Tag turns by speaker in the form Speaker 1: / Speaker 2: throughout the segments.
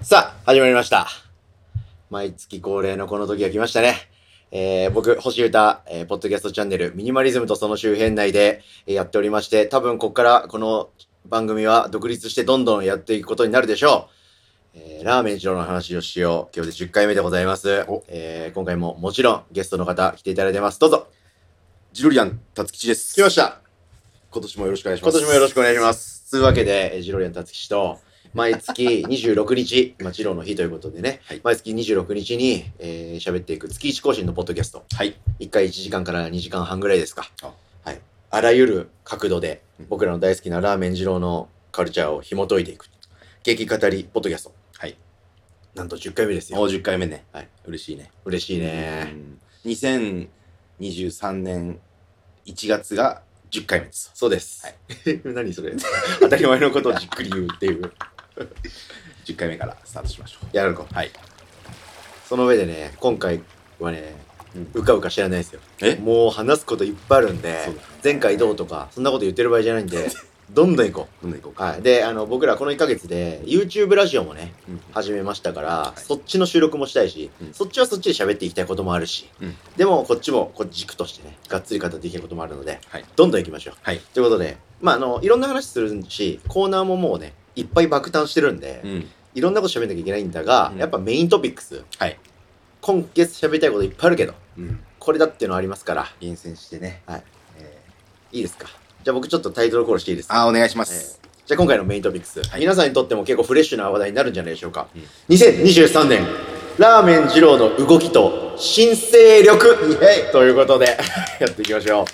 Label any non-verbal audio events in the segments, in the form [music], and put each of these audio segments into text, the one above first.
Speaker 1: さあ、始まりました。毎月恒例のこの時が来ましたね。えー、僕、星歌、えー、ポッドキャストチャンネル、ミニマリズムとその周辺内で、えーやっておりまして、多分こっからこの番組は独立してどんどんやっていくことになるでしょう。えー、ラーメン二郎の話をしよう。今日で10回目でございます
Speaker 2: お。
Speaker 1: えー、今回ももちろんゲストの方来ていただいてます。どうぞ。
Speaker 2: ジロリアン、達吉です。
Speaker 1: 来ました。
Speaker 2: 今年もよろしくお願いしま
Speaker 1: 今
Speaker 2: す。。
Speaker 1: 年もよろしくお願いしますす。というわけで、えージロリアン達吉と、毎月26日、 [laughs] まあ、ジローの日ということでね、
Speaker 2: はい
Speaker 1: 毎月26日に、えー喋っていく月1更新のポッドキャスト。
Speaker 2: はい。
Speaker 1: 1回1時間から2時間半ぐらいですか。
Speaker 2: あ
Speaker 1: はい。あらゆる角度で
Speaker 2: うん、
Speaker 1: 僕らの大好きなラーメン二郎のカルチャーを紐解いていく。激語りポッドキャスト。
Speaker 2: はい。
Speaker 1: なんと10回目です
Speaker 2: も
Speaker 1: よ
Speaker 2: う。10回目ね。
Speaker 1: はい。
Speaker 2: 嬉しいね。
Speaker 1: 嬉しい
Speaker 2: う
Speaker 1: ね。
Speaker 2: ん2023年1月が10回目です。
Speaker 1: そうです。
Speaker 2: はい
Speaker 1: 何それ当たり前のことをじっくり [laughs] 言うっていう。
Speaker 2: 10回目からスタートしましょ
Speaker 1: やるか。
Speaker 2: う。はい。
Speaker 1: その上でね、今回はね、
Speaker 2: うん
Speaker 1: うかうか知らないですよ。
Speaker 2: え
Speaker 1: もう話すこといっぱいあるんで
Speaker 2: そうだね、
Speaker 1: 前回どうとか、そんなこと言ってる場合じゃないんで、どんどん行こ
Speaker 2: どんどんいこう
Speaker 1: う。
Speaker 2: か。
Speaker 1: はい。で、あの、僕らこの1ヶ月で、YouTube ラジオもね、
Speaker 2: うん
Speaker 1: 始めましたから、
Speaker 2: い
Speaker 1: そっちの収録もしたいし、
Speaker 2: うん
Speaker 1: そっちはそっちで喋っていきたいこともあるし、
Speaker 2: うん
Speaker 1: でもこっちもこう軸としてね、がっつり語っていきたいこともあるので、
Speaker 2: はい
Speaker 1: どんどん行きましょう。
Speaker 2: はい
Speaker 1: ということで、まあ、あの、いろんな話するし、コーナーももうね、いっぱい爆誕してるんで、
Speaker 2: うん。
Speaker 1: いろんなこと喋んなきゃいけないんだが、
Speaker 2: うん
Speaker 1: やっぱメイントピックス、
Speaker 2: はい。
Speaker 1: 今月喋りたいこといっぱいあるけど、
Speaker 2: うん。
Speaker 1: これだっていうのありますから、
Speaker 2: 厳選してね。
Speaker 1: はい
Speaker 2: え
Speaker 1: いいですかじゃあ僕ちょっとタイトルコールしていいです
Speaker 2: ー。
Speaker 1: か
Speaker 2: あー、お願いします。
Speaker 1: じゃあ今回のメイントピックス、
Speaker 2: はい
Speaker 1: 皆さんにとっても結構フレッシュな話題になるんじゃないでしょうか、
Speaker 2: うん
Speaker 1: 2023年ラーメン二郎の動きと新勢力ということ
Speaker 2: [laughs]
Speaker 1: でやっていきましょ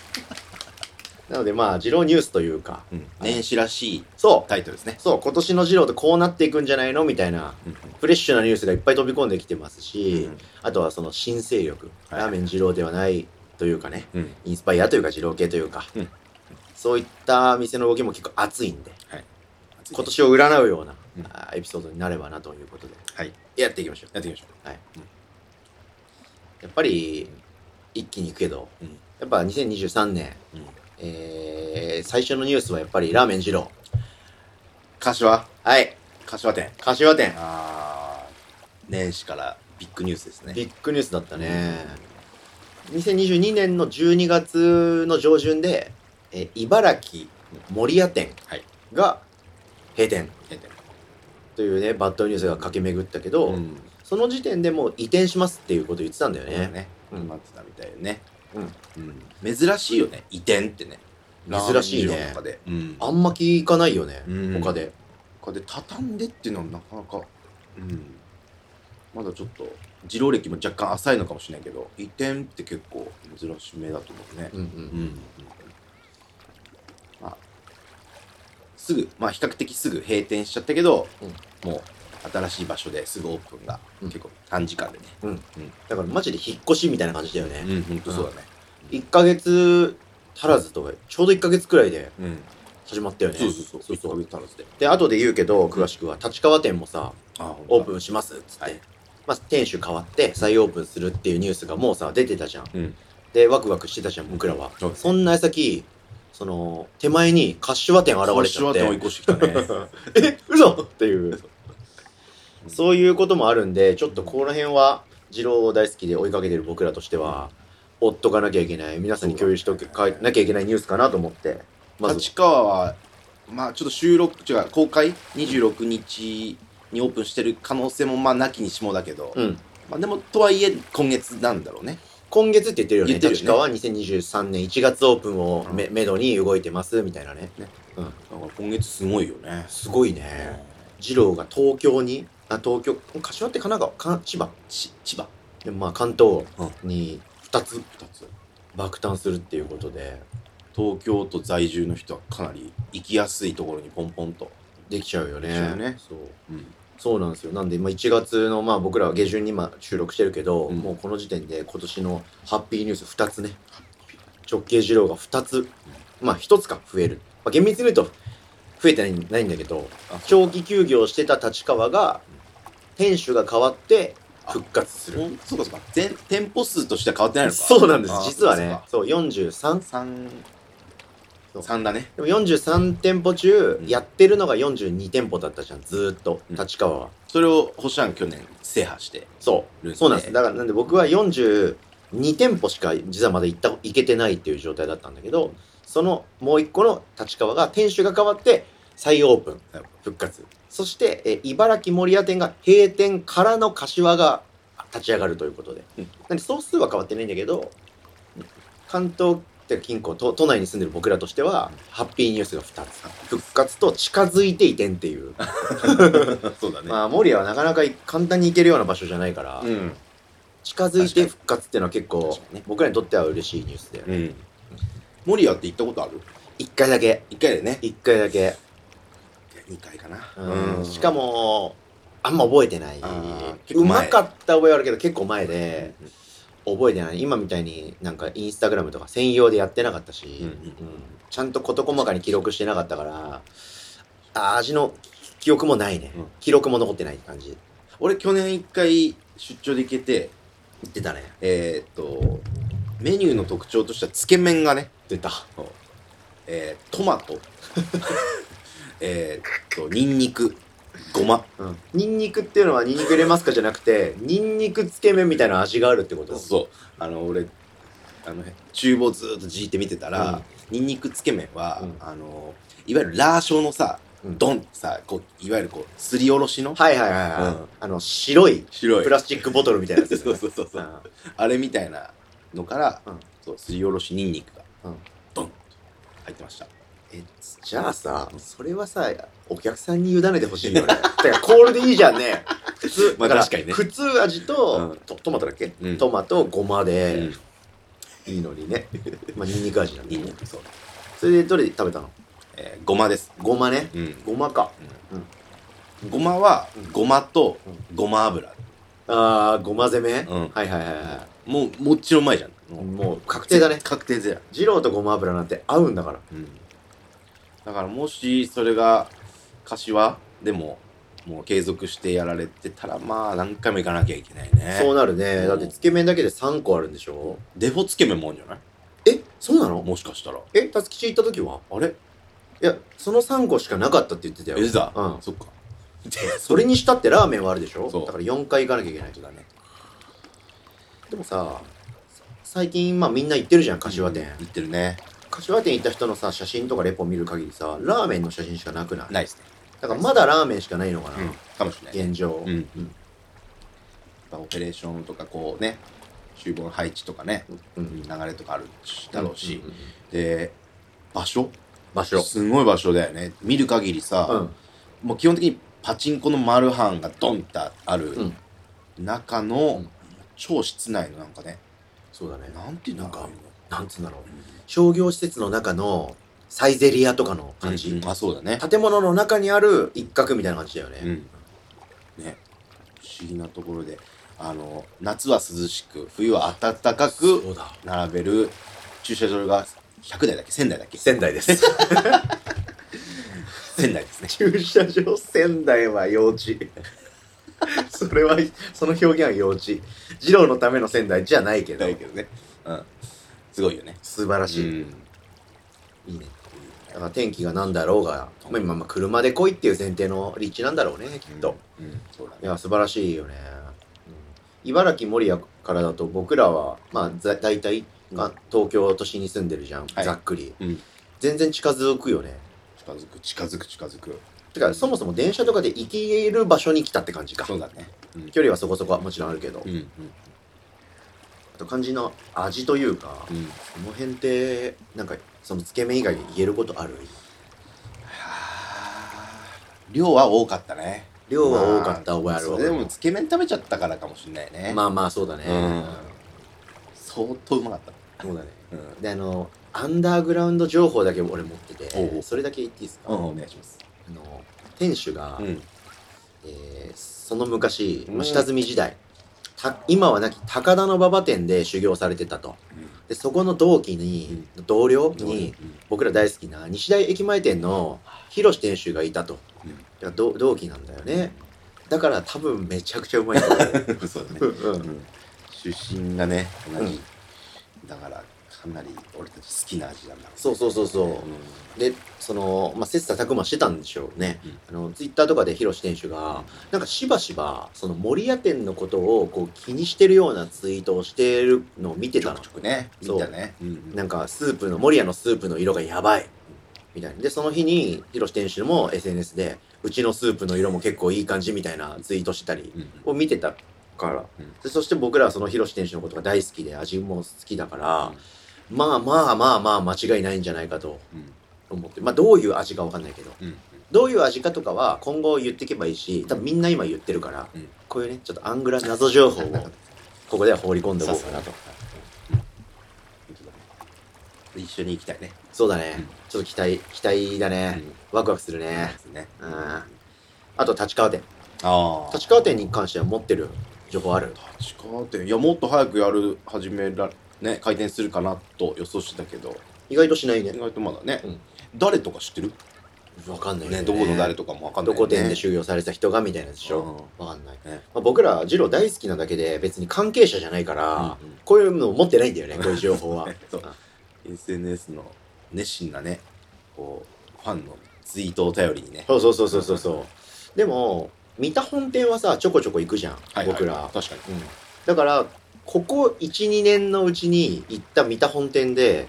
Speaker 1: うなのでまあ二郎ニュースというか
Speaker 2: うん年始らしい
Speaker 1: そ
Speaker 2: タイトルですね
Speaker 1: う。そう今年の二郎ってこうなっていくんじゃないのみたいな
Speaker 2: うん
Speaker 1: フレッシュなニュースがいっぱい飛び込んできてますし、
Speaker 2: うん
Speaker 1: あとはその新勢力
Speaker 2: はい
Speaker 1: ラーメン二郎ではないというかね、
Speaker 2: うん。
Speaker 1: インスパイアというか二郎系というか、
Speaker 2: うん
Speaker 1: そういった店の動きも結構熱いんで今
Speaker 2: 今年。
Speaker 1: 年を占うような、
Speaker 2: うん
Speaker 1: あーエピソードになればなということで
Speaker 2: はい。
Speaker 1: やっていきましょう
Speaker 2: やっていきましょ
Speaker 1: やっぱり一気にいくけど、
Speaker 2: うん
Speaker 1: やっぱ2023年、
Speaker 2: う。うん。
Speaker 1: えー、最初のニュースはやっぱりラーメン二郎
Speaker 2: 柏
Speaker 1: はい
Speaker 2: 柏店。
Speaker 1: 柏店
Speaker 2: あー、年始からビッグニュースですね。
Speaker 1: ビッグニュースだったね、2022年の12月の上旬で、えー茨城守谷店
Speaker 2: はい
Speaker 1: が閉店
Speaker 2: 閉店
Speaker 1: というねバッドニュースが駆け巡ったけど、
Speaker 2: うん。
Speaker 1: その時点でもう移転しますっていうこと言ってたんだよね。
Speaker 2: ね、
Speaker 1: うん
Speaker 2: 待ってたみたいよね、
Speaker 1: うん
Speaker 2: うん、珍しいよね移転ってね
Speaker 1: 珍しい
Speaker 2: ラーメ
Speaker 1: ね
Speaker 2: ン二郎と。かで、うん、
Speaker 1: あんま聞かないよね。
Speaker 2: うん
Speaker 1: 他で。
Speaker 2: 他で畳んでっていうのはなかなか、うん、まだちょっと二郎歴も若干浅いのかもしれないけど移転って結構珍しめだと思うね、
Speaker 1: うんう
Speaker 2: うん
Speaker 1: ん。
Speaker 2: まあ、すぐまあ比較的すぐ閉店しちゃったけど、もう新しい場所ですぐオープンが、
Speaker 1: うん
Speaker 2: 結構短時間でね
Speaker 1: だからマジで引っ越しみたいな感じだよね。
Speaker 2: うん本当そうだね
Speaker 1: 1ヶ月足らずとか、ちょうど1ヶ月くらいで
Speaker 2: うん
Speaker 1: 始まったよね。
Speaker 2: そうそうそう
Speaker 1: そう
Speaker 2: 1ヶ月足らずで
Speaker 1: で、後で言うけど、詳しくは、立川店もさ、
Speaker 2: あ
Speaker 1: オー
Speaker 2: ン
Speaker 1: プンしますっつって。
Speaker 2: はい
Speaker 1: まあ、店主変わって再オープンするっていうニュースがもうさ、出てたじゃん。
Speaker 2: うん
Speaker 1: で、ワクワクしてたじゃん、僕らは。
Speaker 2: そうですね
Speaker 1: そんな矢先、その、手前に柏店現れちゃって。
Speaker 2: 柏店追い越してきたね
Speaker 1: え嘘っていうそういうこともあるんでちょっとこの辺は二郎を大好きで追いかけてる僕らとしては追っとかなきゃいけない皆さんに共有しておけかなきゃいけないニュースかなと思って [laughs] まず
Speaker 2: 立川は、まあ、ちょっと収録、違う、公開26日にオープンしてる可能性も、まあ、なきにしもだけど、
Speaker 1: うん
Speaker 2: まあ、でも、とはいえ、今月なんだろうね。
Speaker 1: 今月って言ってるよね
Speaker 2: 言ってるよね
Speaker 1: 立川は2023年1月オープンをめめどに動いてますみたいなね
Speaker 2: だから、今月すごいよね。
Speaker 1: すごいね二郎が東京にあ東京柏って神奈川か千葉
Speaker 2: ち千葉。
Speaker 1: でまあ関東に2つ
Speaker 2: 二つ。
Speaker 1: 爆誕するっていうことで
Speaker 2: 東京都在住の人はかなり行きやすいところにポンポンと。
Speaker 1: できちゃうよね
Speaker 2: できちゃうね
Speaker 1: そう
Speaker 2: うん。
Speaker 1: そうなんですよ。なんで、まあ、1月の、まあ、僕らは下旬に今収録してるけど、
Speaker 2: うん
Speaker 1: もうこの時点で今年のハッピーニュース2つね。直径二郎が2つ、まあ1つか増える。まあ、厳密に言うと増えてないないんだけど、
Speaker 2: あ
Speaker 1: 長期休業してた立川が、店主が変わって復活する。
Speaker 2: ほんそうかそうか。全店舗数としては変わってないのか。
Speaker 1: そうなんです、実は
Speaker 2: あ
Speaker 1: ね
Speaker 2: ー。
Speaker 1: そう、43
Speaker 2: 3
Speaker 1: そう
Speaker 2: 3だね
Speaker 1: でも43店舗中
Speaker 2: う、ん
Speaker 1: やってるのが42店舗だったじゃん、ずーっと、
Speaker 2: うん
Speaker 1: 立川は。
Speaker 2: それを星さん去年制覇して
Speaker 1: そ
Speaker 2: るん
Speaker 1: う。そうなんです。
Speaker 2: ね
Speaker 1: だから、なんで僕は42店舗しか、実はまだ行った、行けてないっていう状態だったんだけど、そのもう一個の立川が、店主が変わって、再オープン、
Speaker 2: はい
Speaker 1: 復活。そして、え茨城森屋店が閉店からの柏が立ち上がるということで。
Speaker 2: うん
Speaker 1: なんで、総数は変わってないんだけど、関東って近郊都、都内に住んでる僕らとしては、ハッピーニュースが2つ。復活と近づいて移転っていう。
Speaker 2: [laughs] そうだね、
Speaker 1: まあ、守谷はなかなか簡単に行けるような場所じゃないから、
Speaker 2: うん
Speaker 1: 近づいて復活っていうのは結構
Speaker 2: 確かにね、
Speaker 1: 僕らにとっては嬉しいニュースだよね。
Speaker 2: うん守谷って行ったことある
Speaker 1: 一回だけ。
Speaker 2: 1回でね
Speaker 1: 一回だけ。
Speaker 2: 2回かな、
Speaker 1: うんしかも、あんま覚えてない
Speaker 2: あー。結
Speaker 1: う
Speaker 2: 構前
Speaker 1: まかった覚えはあるけど、結構前
Speaker 2: うん
Speaker 1: で、覚えてない。今みたいになんかインスタグラムとか専用でやってなかったし、
Speaker 2: うんうん
Speaker 1: ちゃんと事細かに記録してなかったから、あ味の記憶もないね
Speaker 2: うん。
Speaker 1: 記録も残ってないって感じ。
Speaker 2: 俺去年1回出張で行けて
Speaker 1: 言ってたね。
Speaker 2: えーっとメニューの特徴としてはつけ麺がね
Speaker 1: 出た。
Speaker 2: えートマ [laughs] トえーっとニンニクごま
Speaker 1: うんニンニクっていうのはニンニク入れますかじゃなくて、ニンニクつけ麺みたいな味があるってこと
Speaker 2: そうあの俺あの厨房ずーっとじーって見てたら、ニンニクつけ麺は、
Speaker 1: うん
Speaker 2: あのいわゆるラー醤のさ、
Speaker 1: うん
Speaker 2: ドンってさこういわゆるこうすりおろしの
Speaker 1: はいはいはいはい。
Speaker 2: うん
Speaker 1: あの、白い
Speaker 2: 白い
Speaker 1: プラスチックボトルみたいなやつです
Speaker 2: そ
Speaker 1: よ
Speaker 2: う
Speaker 1: ね。
Speaker 2: [laughs] そうそうそう、
Speaker 1: うん
Speaker 2: あれみたいなのから、
Speaker 1: うん
Speaker 2: そうすりおろしニンニクが、
Speaker 1: うん
Speaker 2: ドンと入ってました
Speaker 1: えじゃあさそれはさお客さんに委ねてほしいよねだからコールでいいじゃんね普通、
Speaker 2: まあ
Speaker 1: だら
Speaker 2: 確かにね
Speaker 1: 普通味と,、
Speaker 2: うん
Speaker 1: とトマトだっけ、
Speaker 2: うん
Speaker 1: トマトごまで
Speaker 2: うん、
Speaker 1: いいのに
Speaker 2: [laughs]
Speaker 1: ね、まあニンニク味なんで
Speaker 2: ニンニクそう、
Speaker 1: それでどれで食べたの
Speaker 2: えーごまです、
Speaker 1: ごまね
Speaker 2: うん
Speaker 1: ごまか
Speaker 2: ごまは
Speaker 1: うん
Speaker 2: ごまと
Speaker 1: う
Speaker 2: ごま油、
Speaker 1: あーごま攻め、
Speaker 2: う
Speaker 1: は
Speaker 2: ん
Speaker 1: いはいはいは
Speaker 2: もうもちろんうまいじゃん、
Speaker 1: いもう確定だね
Speaker 2: 確定ゼロ
Speaker 1: 二郎とごま油なんて合うんだから
Speaker 2: うん、だからもしそれが柏でももう継続してやられてたらまあ何回も行かなきゃいけないね
Speaker 1: そうなるね
Speaker 2: うん
Speaker 1: だってつけ麺だけで3個あるんでしょ
Speaker 2: デフォつけ麺もあるんじゃない
Speaker 1: えそうなの
Speaker 2: もしかしたら
Speaker 1: えたつきち行った時は
Speaker 2: あれ
Speaker 1: いやその3個しかなかったって言ってたよ
Speaker 2: えだ、
Speaker 1: うん
Speaker 2: そっか
Speaker 1: [laughs] それにしたってラーメンはあるでしょ
Speaker 2: そう
Speaker 1: だから4回行かなきゃいけないとだねでもさ最近まあみんな行ってるじゃん柏店、
Speaker 2: 行ってるね
Speaker 1: 柏店行った人のさ写真とかレポ見る限りさラーメンの写真しかなくない
Speaker 2: ないですね
Speaker 1: だからまだラーメンしかないのかな、
Speaker 2: かもしれない、やっ
Speaker 1: 現状、
Speaker 2: うん
Speaker 1: うん
Speaker 2: ぱオペレーションとかこうね厨房の配置とかね
Speaker 1: うん
Speaker 2: 流れとかあるだろうし、
Speaker 1: んんん
Speaker 2: で場所
Speaker 1: 場所
Speaker 2: すごい場所だよね見る限りさ、
Speaker 1: うん
Speaker 2: もう基本的にパチンコの丸ンがドンってある
Speaker 1: ん
Speaker 2: 中の、
Speaker 1: うん
Speaker 2: 超室内のなんかね
Speaker 1: そうだね
Speaker 2: なんていうのか
Speaker 1: なんつうんだろう商業施設の中のサイゼリアとかの感
Speaker 2: 感
Speaker 1: じ、
Speaker 2: じ、あそうだね、
Speaker 1: 建物の中にある一角みたいな感じだよね、
Speaker 2: うんね不思議なところであの夏は涼しく冬は暖かく
Speaker 1: そうだ
Speaker 2: 並べる駐車場が100台だっけ1000台だっけ
Speaker 1: 仙台です
Speaker 2: 1000台です
Speaker 1: [laughs]
Speaker 2: ね
Speaker 1: 駐車場仙台は幼
Speaker 2: [laughs]
Speaker 1: 稚それはその表現は幼稚二郎のための仙台じゃないけど
Speaker 2: だけどねうんすごいよね
Speaker 1: 素晴ら
Speaker 2: う
Speaker 1: しい、
Speaker 2: ん
Speaker 1: いいねだから天気が何だろうが、まあ、今まあ車で来いっていう前提の立地なんだろうねきっと、
Speaker 2: うん、うんそうだ
Speaker 1: い
Speaker 2: ね
Speaker 1: や素晴らしいよね、うん茨城守谷からだと僕らはまあざ大体が東京都心に住んでるじゃん、
Speaker 2: はい
Speaker 1: ざっくり、
Speaker 2: うん
Speaker 1: 全然近づくよね
Speaker 2: 近づく近づく近づく
Speaker 1: てかそもそも電車とかで行ける場所に来たって感じか
Speaker 2: そうだねうん
Speaker 1: 距離はそこそこはもちろんあるけど、
Speaker 2: うん
Speaker 1: あと肝心の味というか、
Speaker 2: うんうん
Speaker 1: その辺ってなんかそのつけ麺以外で言えることある
Speaker 2: はー量は多かったね
Speaker 1: 量は多かった覚えある
Speaker 2: そ
Speaker 1: わ
Speaker 2: れでもつけ麺食べちゃったからかもしれないね、
Speaker 1: まあまあそうだね、
Speaker 2: うん相当うまかった、
Speaker 1: そうだね
Speaker 2: うん
Speaker 1: であのアンダーグラウンド情報だけ俺持って
Speaker 2: お
Speaker 1: て
Speaker 2: う
Speaker 1: それだけ言っていいですか、
Speaker 2: うん、お願いします
Speaker 1: あの店主が、
Speaker 2: ん
Speaker 1: えーその昔、
Speaker 2: う
Speaker 1: まあ、
Speaker 2: ん
Speaker 1: 下積み時代、た今はなき高田の馬場店で修行されてたとでそこの同期に、同僚に、僕ら大好きな西大駅前店の広志店主がいたと、
Speaker 2: うん
Speaker 1: だから同同期なんだよねだから多分めちゃくちゃうまいと思
Speaker 2: [laughs] うん、そうだね、
Speaker 1: う、う
Speaker 2: うんん、出身がね同じ、だからかなり俺たち好きな味なんだろね
Speaker 1: そうそうそうそうで、その、まあ、切磋琢磨してたんでしょうね。あの、ツイッターとかで広志店主が、なんかしばしば、その森屋店のことをこう気にしてるようなツイートをしてるのを見て
Speaker 2: ち
Speaker 1: た
Speaker 2: ょ
Speaker 1: の
Speaker 2: く。ちょくね見
Speaker 1: そう
Speaker 2: たねうん
Speaker 1: なんかスープの、森屋のスープの色がやばい。みたいな。で、その日に、広志店主も SNS で、うちのスープの色も結構いい感じみたいなツイートしてたり
Speaker 2: うん
Speaker 1: を見てたから。
Speaker 2: うん
Speaker 1: でそして僕らはその広志店主のことが大好きで、味も好きだから、まあまあまあまあ間違いないんじゃないかと
Speaker 2: うん
Speaker 1: 思って、まあどういう味かわかんないけど、
Speaker 2: うん
Speaker 1: どういう味かとかは今後言っていけばいいし、多分みんな今言ってるから、
Speaker 2: うん
Speaker 1: こういうね、ちょっとアングラ謎情報をここでは放り込んでおこうかなと。
Speaker 2: 一緒に行きたいね
Speaker 1: そうだね
Speaker 2: うん。
Speaker 1: ちょっと期待、期待だ
Speaker 2: う
Speaker 1: ね。
Speaker 2: ん
Speaker 1: ワクワクするね
Speaker 2: で。すね
Speaker 1: うん
Speaker 2: あ
Speaker 1: あと、立川店。
Speaker 2: あ
Speaker 1: 立川店に関しては持ってる情報ある
Speaker 2: 立川店いやもっと早くやる始めらね開店するかなと予想してたけど
Speaker 1: 意外としない
Speaker 2: 意
Speaker 1: ね。
Speaker 2: 外とまだね、
Speaker 1: うん
Speaker 2: 誰とか知ってる
Speaker 1: わかんないよ
Speaker 2: ねどこの誰とかもわかんない
Speaker 1: ど
Speaker 2: よね
Speaker 1: こ店で収容された人がみたいなやつでしょ。わかんない。
Speaker 2: ね
Speaker 1: まあ、僕ら、ジロー大好きなだけで別に関係者じゃないから、
Speaker 2: うんうん
Speaker 1: こういうのを持ってないんだよね、こういう情報は
Speaker 2: [laughs] ね。そう SNS の熱心なねこうファンのツイートを頼りにね
Speaker 1: そうそうそうそうそうそう。でも、三田本店はさ、ちょこちょこ行くじゃん、
Speaker 2: はいはい
Speaker 1: 僕ら。
Speaker 2: 確かに
Speaker 1: うん。だから、ここ1、2年のうちに行った三田本店で、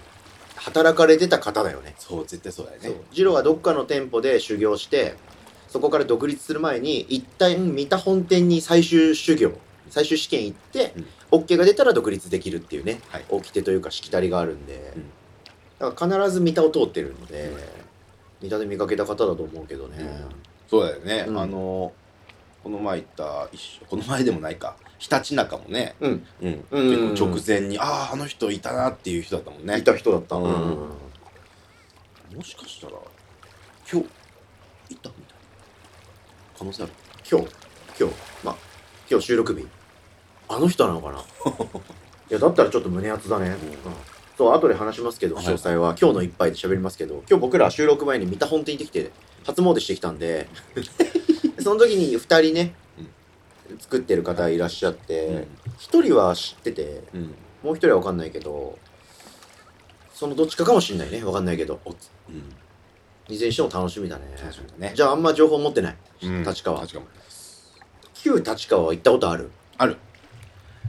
Speaker 1: 働かれてた方だよね。
Speaker 2: そう絶対そうだよね
Speaker 1: そう。ジローはどっかの店舗で修行して、そこから独立する前に、一旦三田本店に最終修行、最終試験行って、
Speaker 2: うん
Speaker 1: OK が出たら独立できるっていうね、
Speaker 2: はい
Speaker 1: 掟というかしきたりがあるんで、
Speaker 2: うん
Speaker 1: だから必ず三田を通ってるので
Speaker 2: うん、
Speaker 1: 三田で見かけた方だと思うけどね。
Speaker 2: そうだよね、
Speaker 1: うん
Speaker 2: あのこの前行った一緒この前でもないかひたちなかもね、
Speaker 1: うん
Speaker 2: うん
Speaker 1: うんうんうん
Speaker 2: 結構直前にあああの人いたなっていう人だったもんね
Speaker 1: いた人だった。
Speaker 2: うん
Speaker 1: うん
Speaker 2: もしかしたら今日いたみたいな可能性ある
Speaker 1: 今日、今日、まあ、今日収録日。あの人なのかな [laughs] いや、だったらちょっと胸熱だね。
Speaker 2: うん
Speaker 1: うんそう、後で話しますけど、
Speaker 2: はい
Speaker 1: 詳細は。今日の一杯で喋りますけど、今日僕ら収録前に三田本店行ってきて、初詣してきたん [laughs] で、その時に二人ね、作ってる方いらっしゃって、一人は知ってて、
Speaker 2: うん、うん
Speaker 1: もう一人はわかんないけど、そのどっちかかもしんないね。わかんないけど。
Speaker 2: おつうん
Speaker 1: いずれにしても楽しみだね。
Speaker 2: 楽しみだね
Speaker 1: じゃああんま情報持ってない。
Speaker 2: うん
Speaker 1: 立川
Speaker 2: 立川
Speaker 1: 旧立川は行ったことある
Speaker 2: ある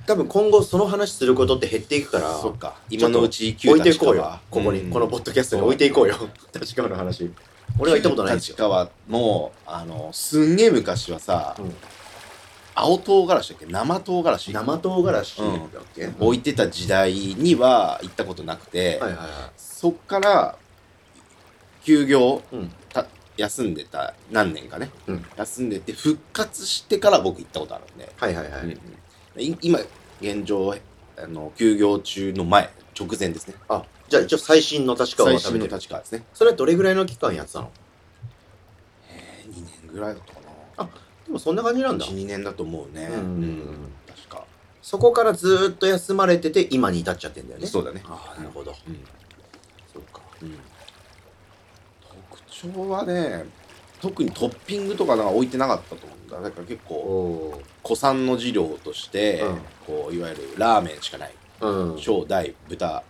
Speaker 1: 多分今後その話することって減っていくから
Speaker 2: そっか
Speaker 1: ちょ
Speaker 2: 今
Speaker 1: っと
Speaker 2: のうち旧
Speaker 1: 置いてい
Speaker 2: 立
Speaker 1: こ
Speaker 2: 川
Speaker 1: うよここに、
Speaker 2: うん
Speaker 1: このポッドキャストに置いていこうよ立川の話俺は行ったことないんですよ
Speaker 2: 旧立川もあのすんげえ昔はさ、
Speaker 1: うん
Speaker 2: 青唐辛子だっけ生唐辛子
Speaker 1: 生唐辛子だ
Speaker 2: うん
Speaker 1: っけ、お
Speaker 2: 置いてた時代には行ったことなくて、
Speaker 1: はいはいは
Speaker 2: そっから休業
Speaker 1: いうん
Speaker 2: た休んでた何年かね、
Speaker 1: うん
Speaker 2: 休んでて復活してから僕行ったことあるんで、
Speaker 1: はいはいはい、
Speaker 2: い今現状あの休業中の前直前ですね
Speaker 1: あじゃあ一応最新の立川を
Speaker 2: 最
Speaker 1: 食
Speaker 2: 新
Speaker 1: べ
Speaker 2: の
Speaker 1: てる
Speaker 2: 立川ですね
Speaker 1: それはどれぐらいの期間やってたの
Speaker 2: 2年ぐらいだったかな
Speaker 1: でもそんな感じなんだ
Speaker 2: 12年だと思うね
Speaker 1: うん
Speaker 2: 確か
Speaker 1: そこからずーっと休まれてて今に至っちゃってんだよね
Speaker 2: そうだね
Speaker 1: ああなるほど
Speaker 2: うん
Speaker 1: そうか
Speaker 2: うん特徴はね特にトッピングとかなんか置いてなかったと思うんだだから結
Speaker 1: お
Speaker 2: 構
Speaker 1: お
Speaker 2: 古参の事業として、
Speaker 1: うん
Speaker 2: こういわゆるラーメンしかない
Speaker 1: ーうん
Speaker 2: 小大豚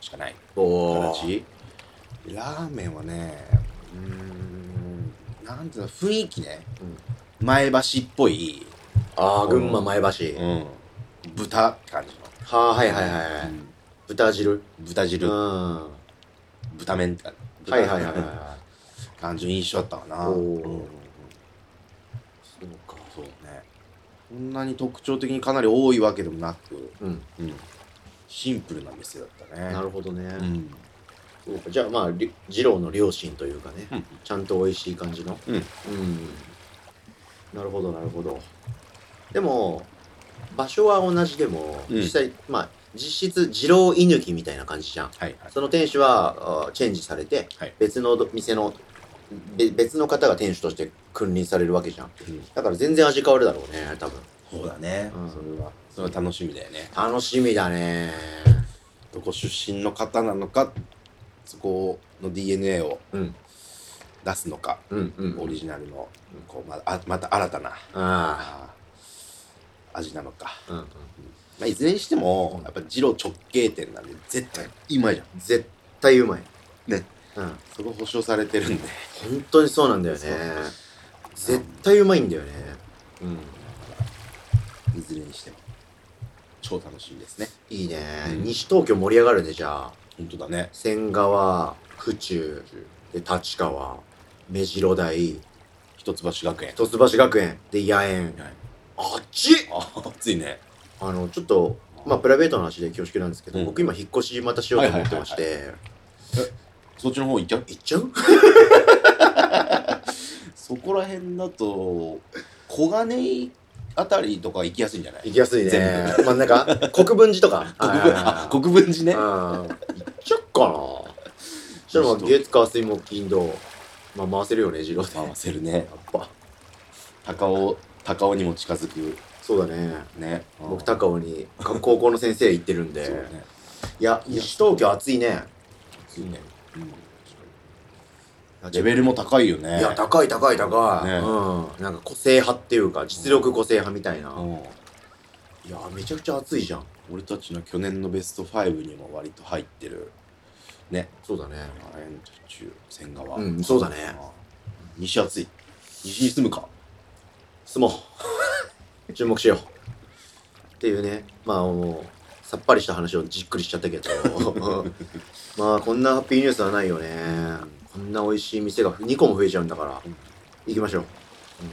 Speaker 2: しかない
Speaker 1: おー
Speaker 2: 形ラーメンはねうーんなんていうの雰囲気ね、前橋っぽい、
Speaker 1: ああ群馬前橋、
Speaker 2: うん、豚って感じの
Speaker 1: はあはいはいはいはい、
Speaker 2: うん
Speaker 1: 豚汁
Speaker 2: 豚
Speaker 1: う
Speaker 2: 汁、
Speaker 1: んは
Speaker 2: 豚麺って感
Speaker 1: い
Speaker 2: じ
Speaker 1: はいはいはい
Speaker 2: 豚の
Speaker 1: は
Speaker 2: 感じの印象だったかな、
Speaker 1: おー
Speaker 2: うんうんうん
Speaker 1: いそうか
Speaker 2: そうねこんなに特徴的にかなり多いわけでもなく、
Speaker 1: うん
Speaker 2: うん、シンプルな店だった
Speaker 1: [laughs]
Speaker 2: ね
Speaker 1: なるほどね、
Speaker 2: うん
Speaker 1: そうかじゃあまあり二郎の両親というかね、
Speaker 2: うん
Speaker 1: ちゃんと美味しい感じの
Speaker 2: うん
Speaker 1: うんなるほどなるほどでも場所は同じでも、
Speaker 2: うん
Speaker 1: 実際まあ実質二郎居抜きみたいな感じじゃん
Speaker 2: はいはい
Speaker 1: その店主はあーチェンジされて、
Speaker 2: はい
Speaker 1: 別のど店のべ別の方が店主として君臨されるわけじゃん
Speaker 2: うん
Speaker 1: だから全然味変わるだろうね多分
Speaker 2: そうだね、
Speaker 1: うん
Speaker 2: それはそれは楽しみだよね
Speaker 1: 楽しみだね
Speaker 2: どこ出身の方なのかそこの DNA を
Speaker 1: うん
Speaker 2: 出すのか、
Speaker 1: うんうん
Speaker 2: オリジナルのこうまあまた新たな
Speaker 1: あ
Speaker 2: あー味なのか
Speaker 1: あうんうん
Speaker 2: まあ、いずれにしても、やっぱ二郎直径店なんで、絶対うまいじゃん。
Speaker 1: 絶対うまい。
Speaker 2: ね。
Speaker 1: うん。
Speaker 2: そこ保証されてるんで。
Speaker 1: 本当にそうなんだよね
Speaker 2: そう。
Speaker 1: 絶対うまいんだよね。うん。
Speaker 2: いずれにしても。超楽しみですね。
Speaker 1: いいね。
Speaker 2: うん
Speaker 1: 西東京盛り上がるね、じゃあ。
Speaker 2: 本当だね。
Speaker 1: 仙川、府中、で、立川、目白台、
Speaker 2: 一橋学園。
Speaker 1: 一橋学園、で、野園。
Speaker 2: はい
Speaker 1: あっち
Speaker 2: ああ、暑いね。
Speaker 1: あの、ちょっと、まあ、プライベートの話で恐縮なんですけど、
Speaker 2: うん
Speaker 1: 僕今引っ越しまたしようと思ってまして、
Speaker 2: そっちの方行っちゃう
Speaker 1: 行っちゃう [laughs]
Speaker 2: そこら辺だと、小金井あたりとか行きやすいんじゃな
Speaker 1: 行
Speaker 2: い
Speaker 1: きやすいね。真ん中国分寺とか。
Speaker 2: [laughs] 国分あ国分寺ね。
Speaker 1: あー行っちゃおっ
Speaker 2: [laughs]
Speaker 1: かな。そしたらまあ月火水木金土、まあ回せるよね、二郎で。
Speaker 2: 回せるね
Speaker 1: や。っぱ。
Speaker 2: 高尾、高尾にも近づく。
Speaker 1: そうだね。
Speaker 2: ね。
Speaker 1: 僕、
Speaker 2: 尾。
Speaker 1: 高尾に、か [laughs] 高校の先生行ってるん
Speaker 2: そう
Speaker 1: で。
Speaker 2: ね。
Speaker 1: いや、西東京暑いね。
Speaker 2: 暑いね。うんレベルも高いよね。
Speaker 1: いや、高い高い高い。
Speaker 2: ね
Speaker 1: うん。なんか個性派っていうか、実力個性派みたいな。
Speaker 2: うん
Speaker 1: いや、めちゃくちゃ暑いじゃん。
Speaker 2: 俺たちの去年のベスト5にも割と入ってる。ね。
Speaker 1: そうだね。
Speaker 2: あれの途中、千川。
Speaker 1: うんそうだね
Speaker 2: あ。西暑い。西に住むか。
Speaker 1: 相撲注目しようっていうねまあもうさっぱりした話をじっくりしちゃ
Speaker 2: [laughs]
Speaker 1: ったけどまあこんなハッピーニュースはないよねこんな美味しい店が2個も増えちゃうんだから
Speaker 2: うん
Speaker 1: 行きましょう、うん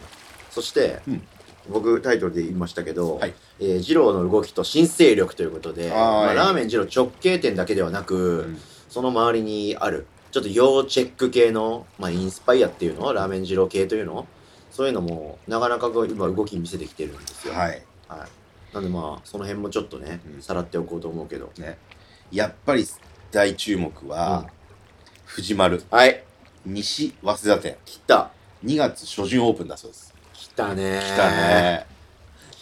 Speaker 1: そして、
Speaker 2: うん
Speaker 1: 僕タイトルで言いましたけど、
Speaker 2: はい
Speaker 1: えー二郎の動きと新勢力ということで、
Speaker 2: はーい
Speaker 1: まあラーメン二郎直径店だけではなく、
Speaker 2: うん
Speaker 1: その周りにある、ちょっと要チェック系の、まあ、インスパイアっていうのラーメン二郎系というのそういうのも、なかなかこう今動き見せてきてるんですよ。い。
Speaker 2: はい。
Speaker 1: なんでまあ、その辺もちょっとね、
Speaker 2: うん
Speaker 1: さらっておこうと思うけど。
Speaker 2: ね。やっぱり大注目は、藤丸、
Speaker 1: はい、
Speaker 2: 西早稲田店。
Speaker 1: 来た。
Speaker 2: 2月初旬オープンだそうです。
Speaker 1: 来たね
Speaker 2: 来た。ね。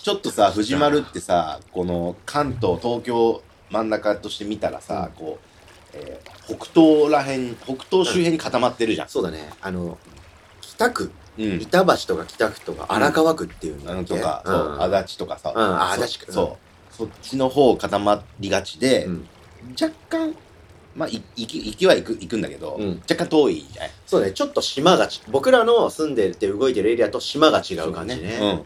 Speaker 2: ちょっとさ、藤丸ってさ、この関東、東京真ん中として見たらさ、こう、えー北東らへん、北東周辺に固まってるじゃん。
Speaker 1: そうだね。あの、北区、
Speaker 2: うん。
Speaker 1: 板橋とか北区とか荒川区っていうの
Speaker 2: あ
Speaker 1: だ
Speaker 2: の
Speaker 1: っけ
Speaker 2: とか、
Speaker 1: う
Speaker 2: そ
Speaker 1: ん
Speaker 2: う、足立とか
Speaker 1: う
Speaker 2: さ。
Speaker 1: んあ
Speaker 2: そう
Speaker 1: 足立区
Speaker 2: そう。そっちの方固まりがちで、
Speaker 1: うん
Speaker 2: 若干、まあ、い行き行きは行く行くんだけど、
Speaker 1: うん
Speaker 2: 若干遠いじゃない
Speaker 1: そうだね。ちょっと島がち、僕らの住んでて動いてるエリアと島が違う感じね。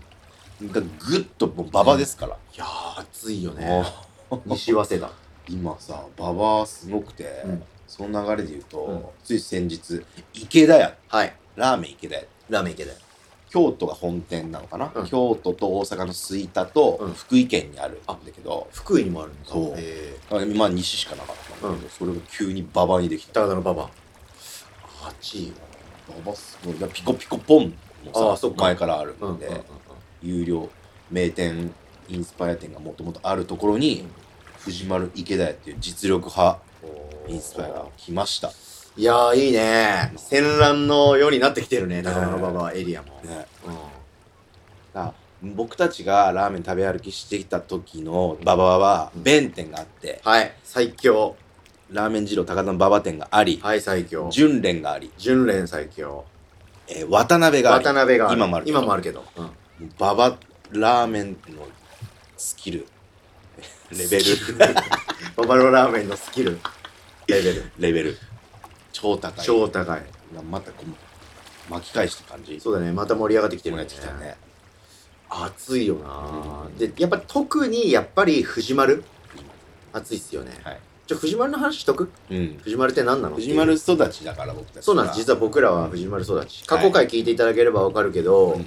Speaker 2: うん。がぐっともう馬場ですから。
Speaker 1: いやー、暑いよ
Speaker 2: も
Speaker 1: ね
Speaker 2: う。
Speaker 1: 西早稲田。
Speaker 2: 今さ、馬場すごくて、
Speaker 1: うん
Speaker 2: その流れで言うと、
Speaker 1: うん
Speaker 2: つい先日、池田屋、
Speaker 1: はい。
Speaker 2: ラーメン池田屋、
Speaker 1: ラーメン池だよ。
Speaker 2: 京都が本店なのかな、
Speaker 1: うん
Speaker 2: 京都と大阪の吹田と
Speaker 1: うん
Speaker 2: 福井県にあるんだけど、
Speaker 1: 福井にもあるんだ
Speaker 2: そう
Speaker 1: え
Speaker 2: あ今西しかなかったんだけど、それが急に馬場にでき
Speaker 1: ー、
Speaker 2: た。
Speaker 1: 高田の馬場8位
Speaker 2: 馬場すごい。だからピコピコポンもさ、
Speaker 1: あーそっか
Speaker 2: 前からある
Speaker 1: うんん
Speaker 2: で、
Speaker 1: うんうんうん
Speaker 2: 有料名店、インスパイア店がもともとあるところに、藤丸池田屋っていう実力派インスパイアが来ました。
Speaker 1: いやーいいね戦乱のようになってきてるね高田の馬場エリアも、
Speaker 2: ね
Speaker 1: うん
Speaker 2: あ僕たちがラーメン食べ歩きしてきた時の馬場は
Speaker 1: うん
Speaker 2: 弁店があって、
Speaker 1: はい最強
Speaker 2: ラーメン二郎高田の馬場店があり、
Speaker 1: はい最強
Speaker 2: 純連があり、
Speaker 1: 純連最強
Speaker 2: えー渡辺があり
Speaker 1: 渡辺がある
Speaker 2: 今もあるけど
Speaker 1: 今もあるけど、うん
Speaker 2: 馬場ラーメンのスキルレベル
Speaker 1: 馬場のラーメンのスキルレベル
Speaker 2: レベル超高い
Speaker 1: 超高い
Speaker 2: またこう巻き返した感じ
Speaker 1: そうだねまた盛り上がってきて
Speaker 2: 盛り
Speaker 1: る
Speaker 2: 上が
Speaker 1: ね
Speaker 2: ってきたね
Speaker 1: 暑いよな、
Speaker 2: うん
Speaker 1: でやっぱ特にやっぱり藤丸暑いっすよね
Speaker 2: はい
Speaker 1: じゃ藤丸の話しとく
Speaker 2: うん
Speaker 1: 藤丸って何なの
Speaker 2: 藤丸育ちだから僕たち
Speaker 1: そうなんです実は僕らは藤丸育ち過去回聞いていただければわかるけど、
Speaker 2: うん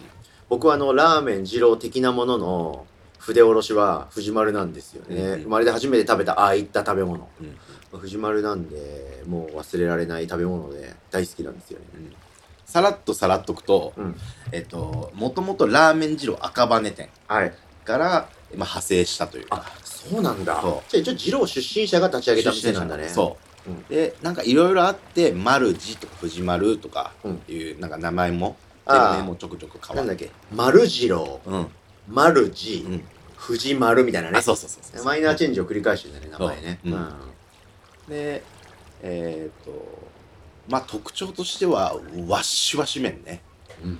Speaker 1: 僕はあのラーメン二郎的なものの筆おろしは藤丸なんですよね、
Speaker 2: うんうん
Speaker 1: 生まれて初めて食べたああいった食べ物
Speaker 2: うん
Speaker 1: 藤丸なんでもう忘れられない食べ物で大好きなんですよね
Speaker 2: うんさらっとさらっとくと、
Speaker 1: うん
Speaker 2: えっともともとラーメン二郎赤羽店
Speaker 1: はい
Speaker 2: から、まあ、派生したというか
Speaker 1: あそうなんだ
Speaker 2: そ
Speaker 1: じゃあ一応二郎出身者が立ち上げた店なんだね
Speaker 2: そう、
Speaker 1: うん
Speaker 2: でなんかいろいろあって「丸字」とか「藤丸」とか
Speaker 1: うん
Speaker 2: いう、なんか名前も
Speaker 1: ああ
Speaker 2: 店名もちょくちょく変わ
Speaker 1: な
Speaker 2: っ
Speaker 1: んだ
Speaker 2: て
Speaker 1: っけ丸次郎
Speaker 2: うん、
Speaker 1: 丸次、
Speaker 2: うん、
Speaker 1: 藤丸みたいなね
Speaker 2: あそうそうそうそう
Speaker 1: マイナーチェンジを繰り返してんだね名
Speaker 2: そう
Speaker 1: 前ね
Speaker 2: うんでえーっとまあ特徴としてはわっしわし麺ね
Speaker 1: うん
Speaker 2: うん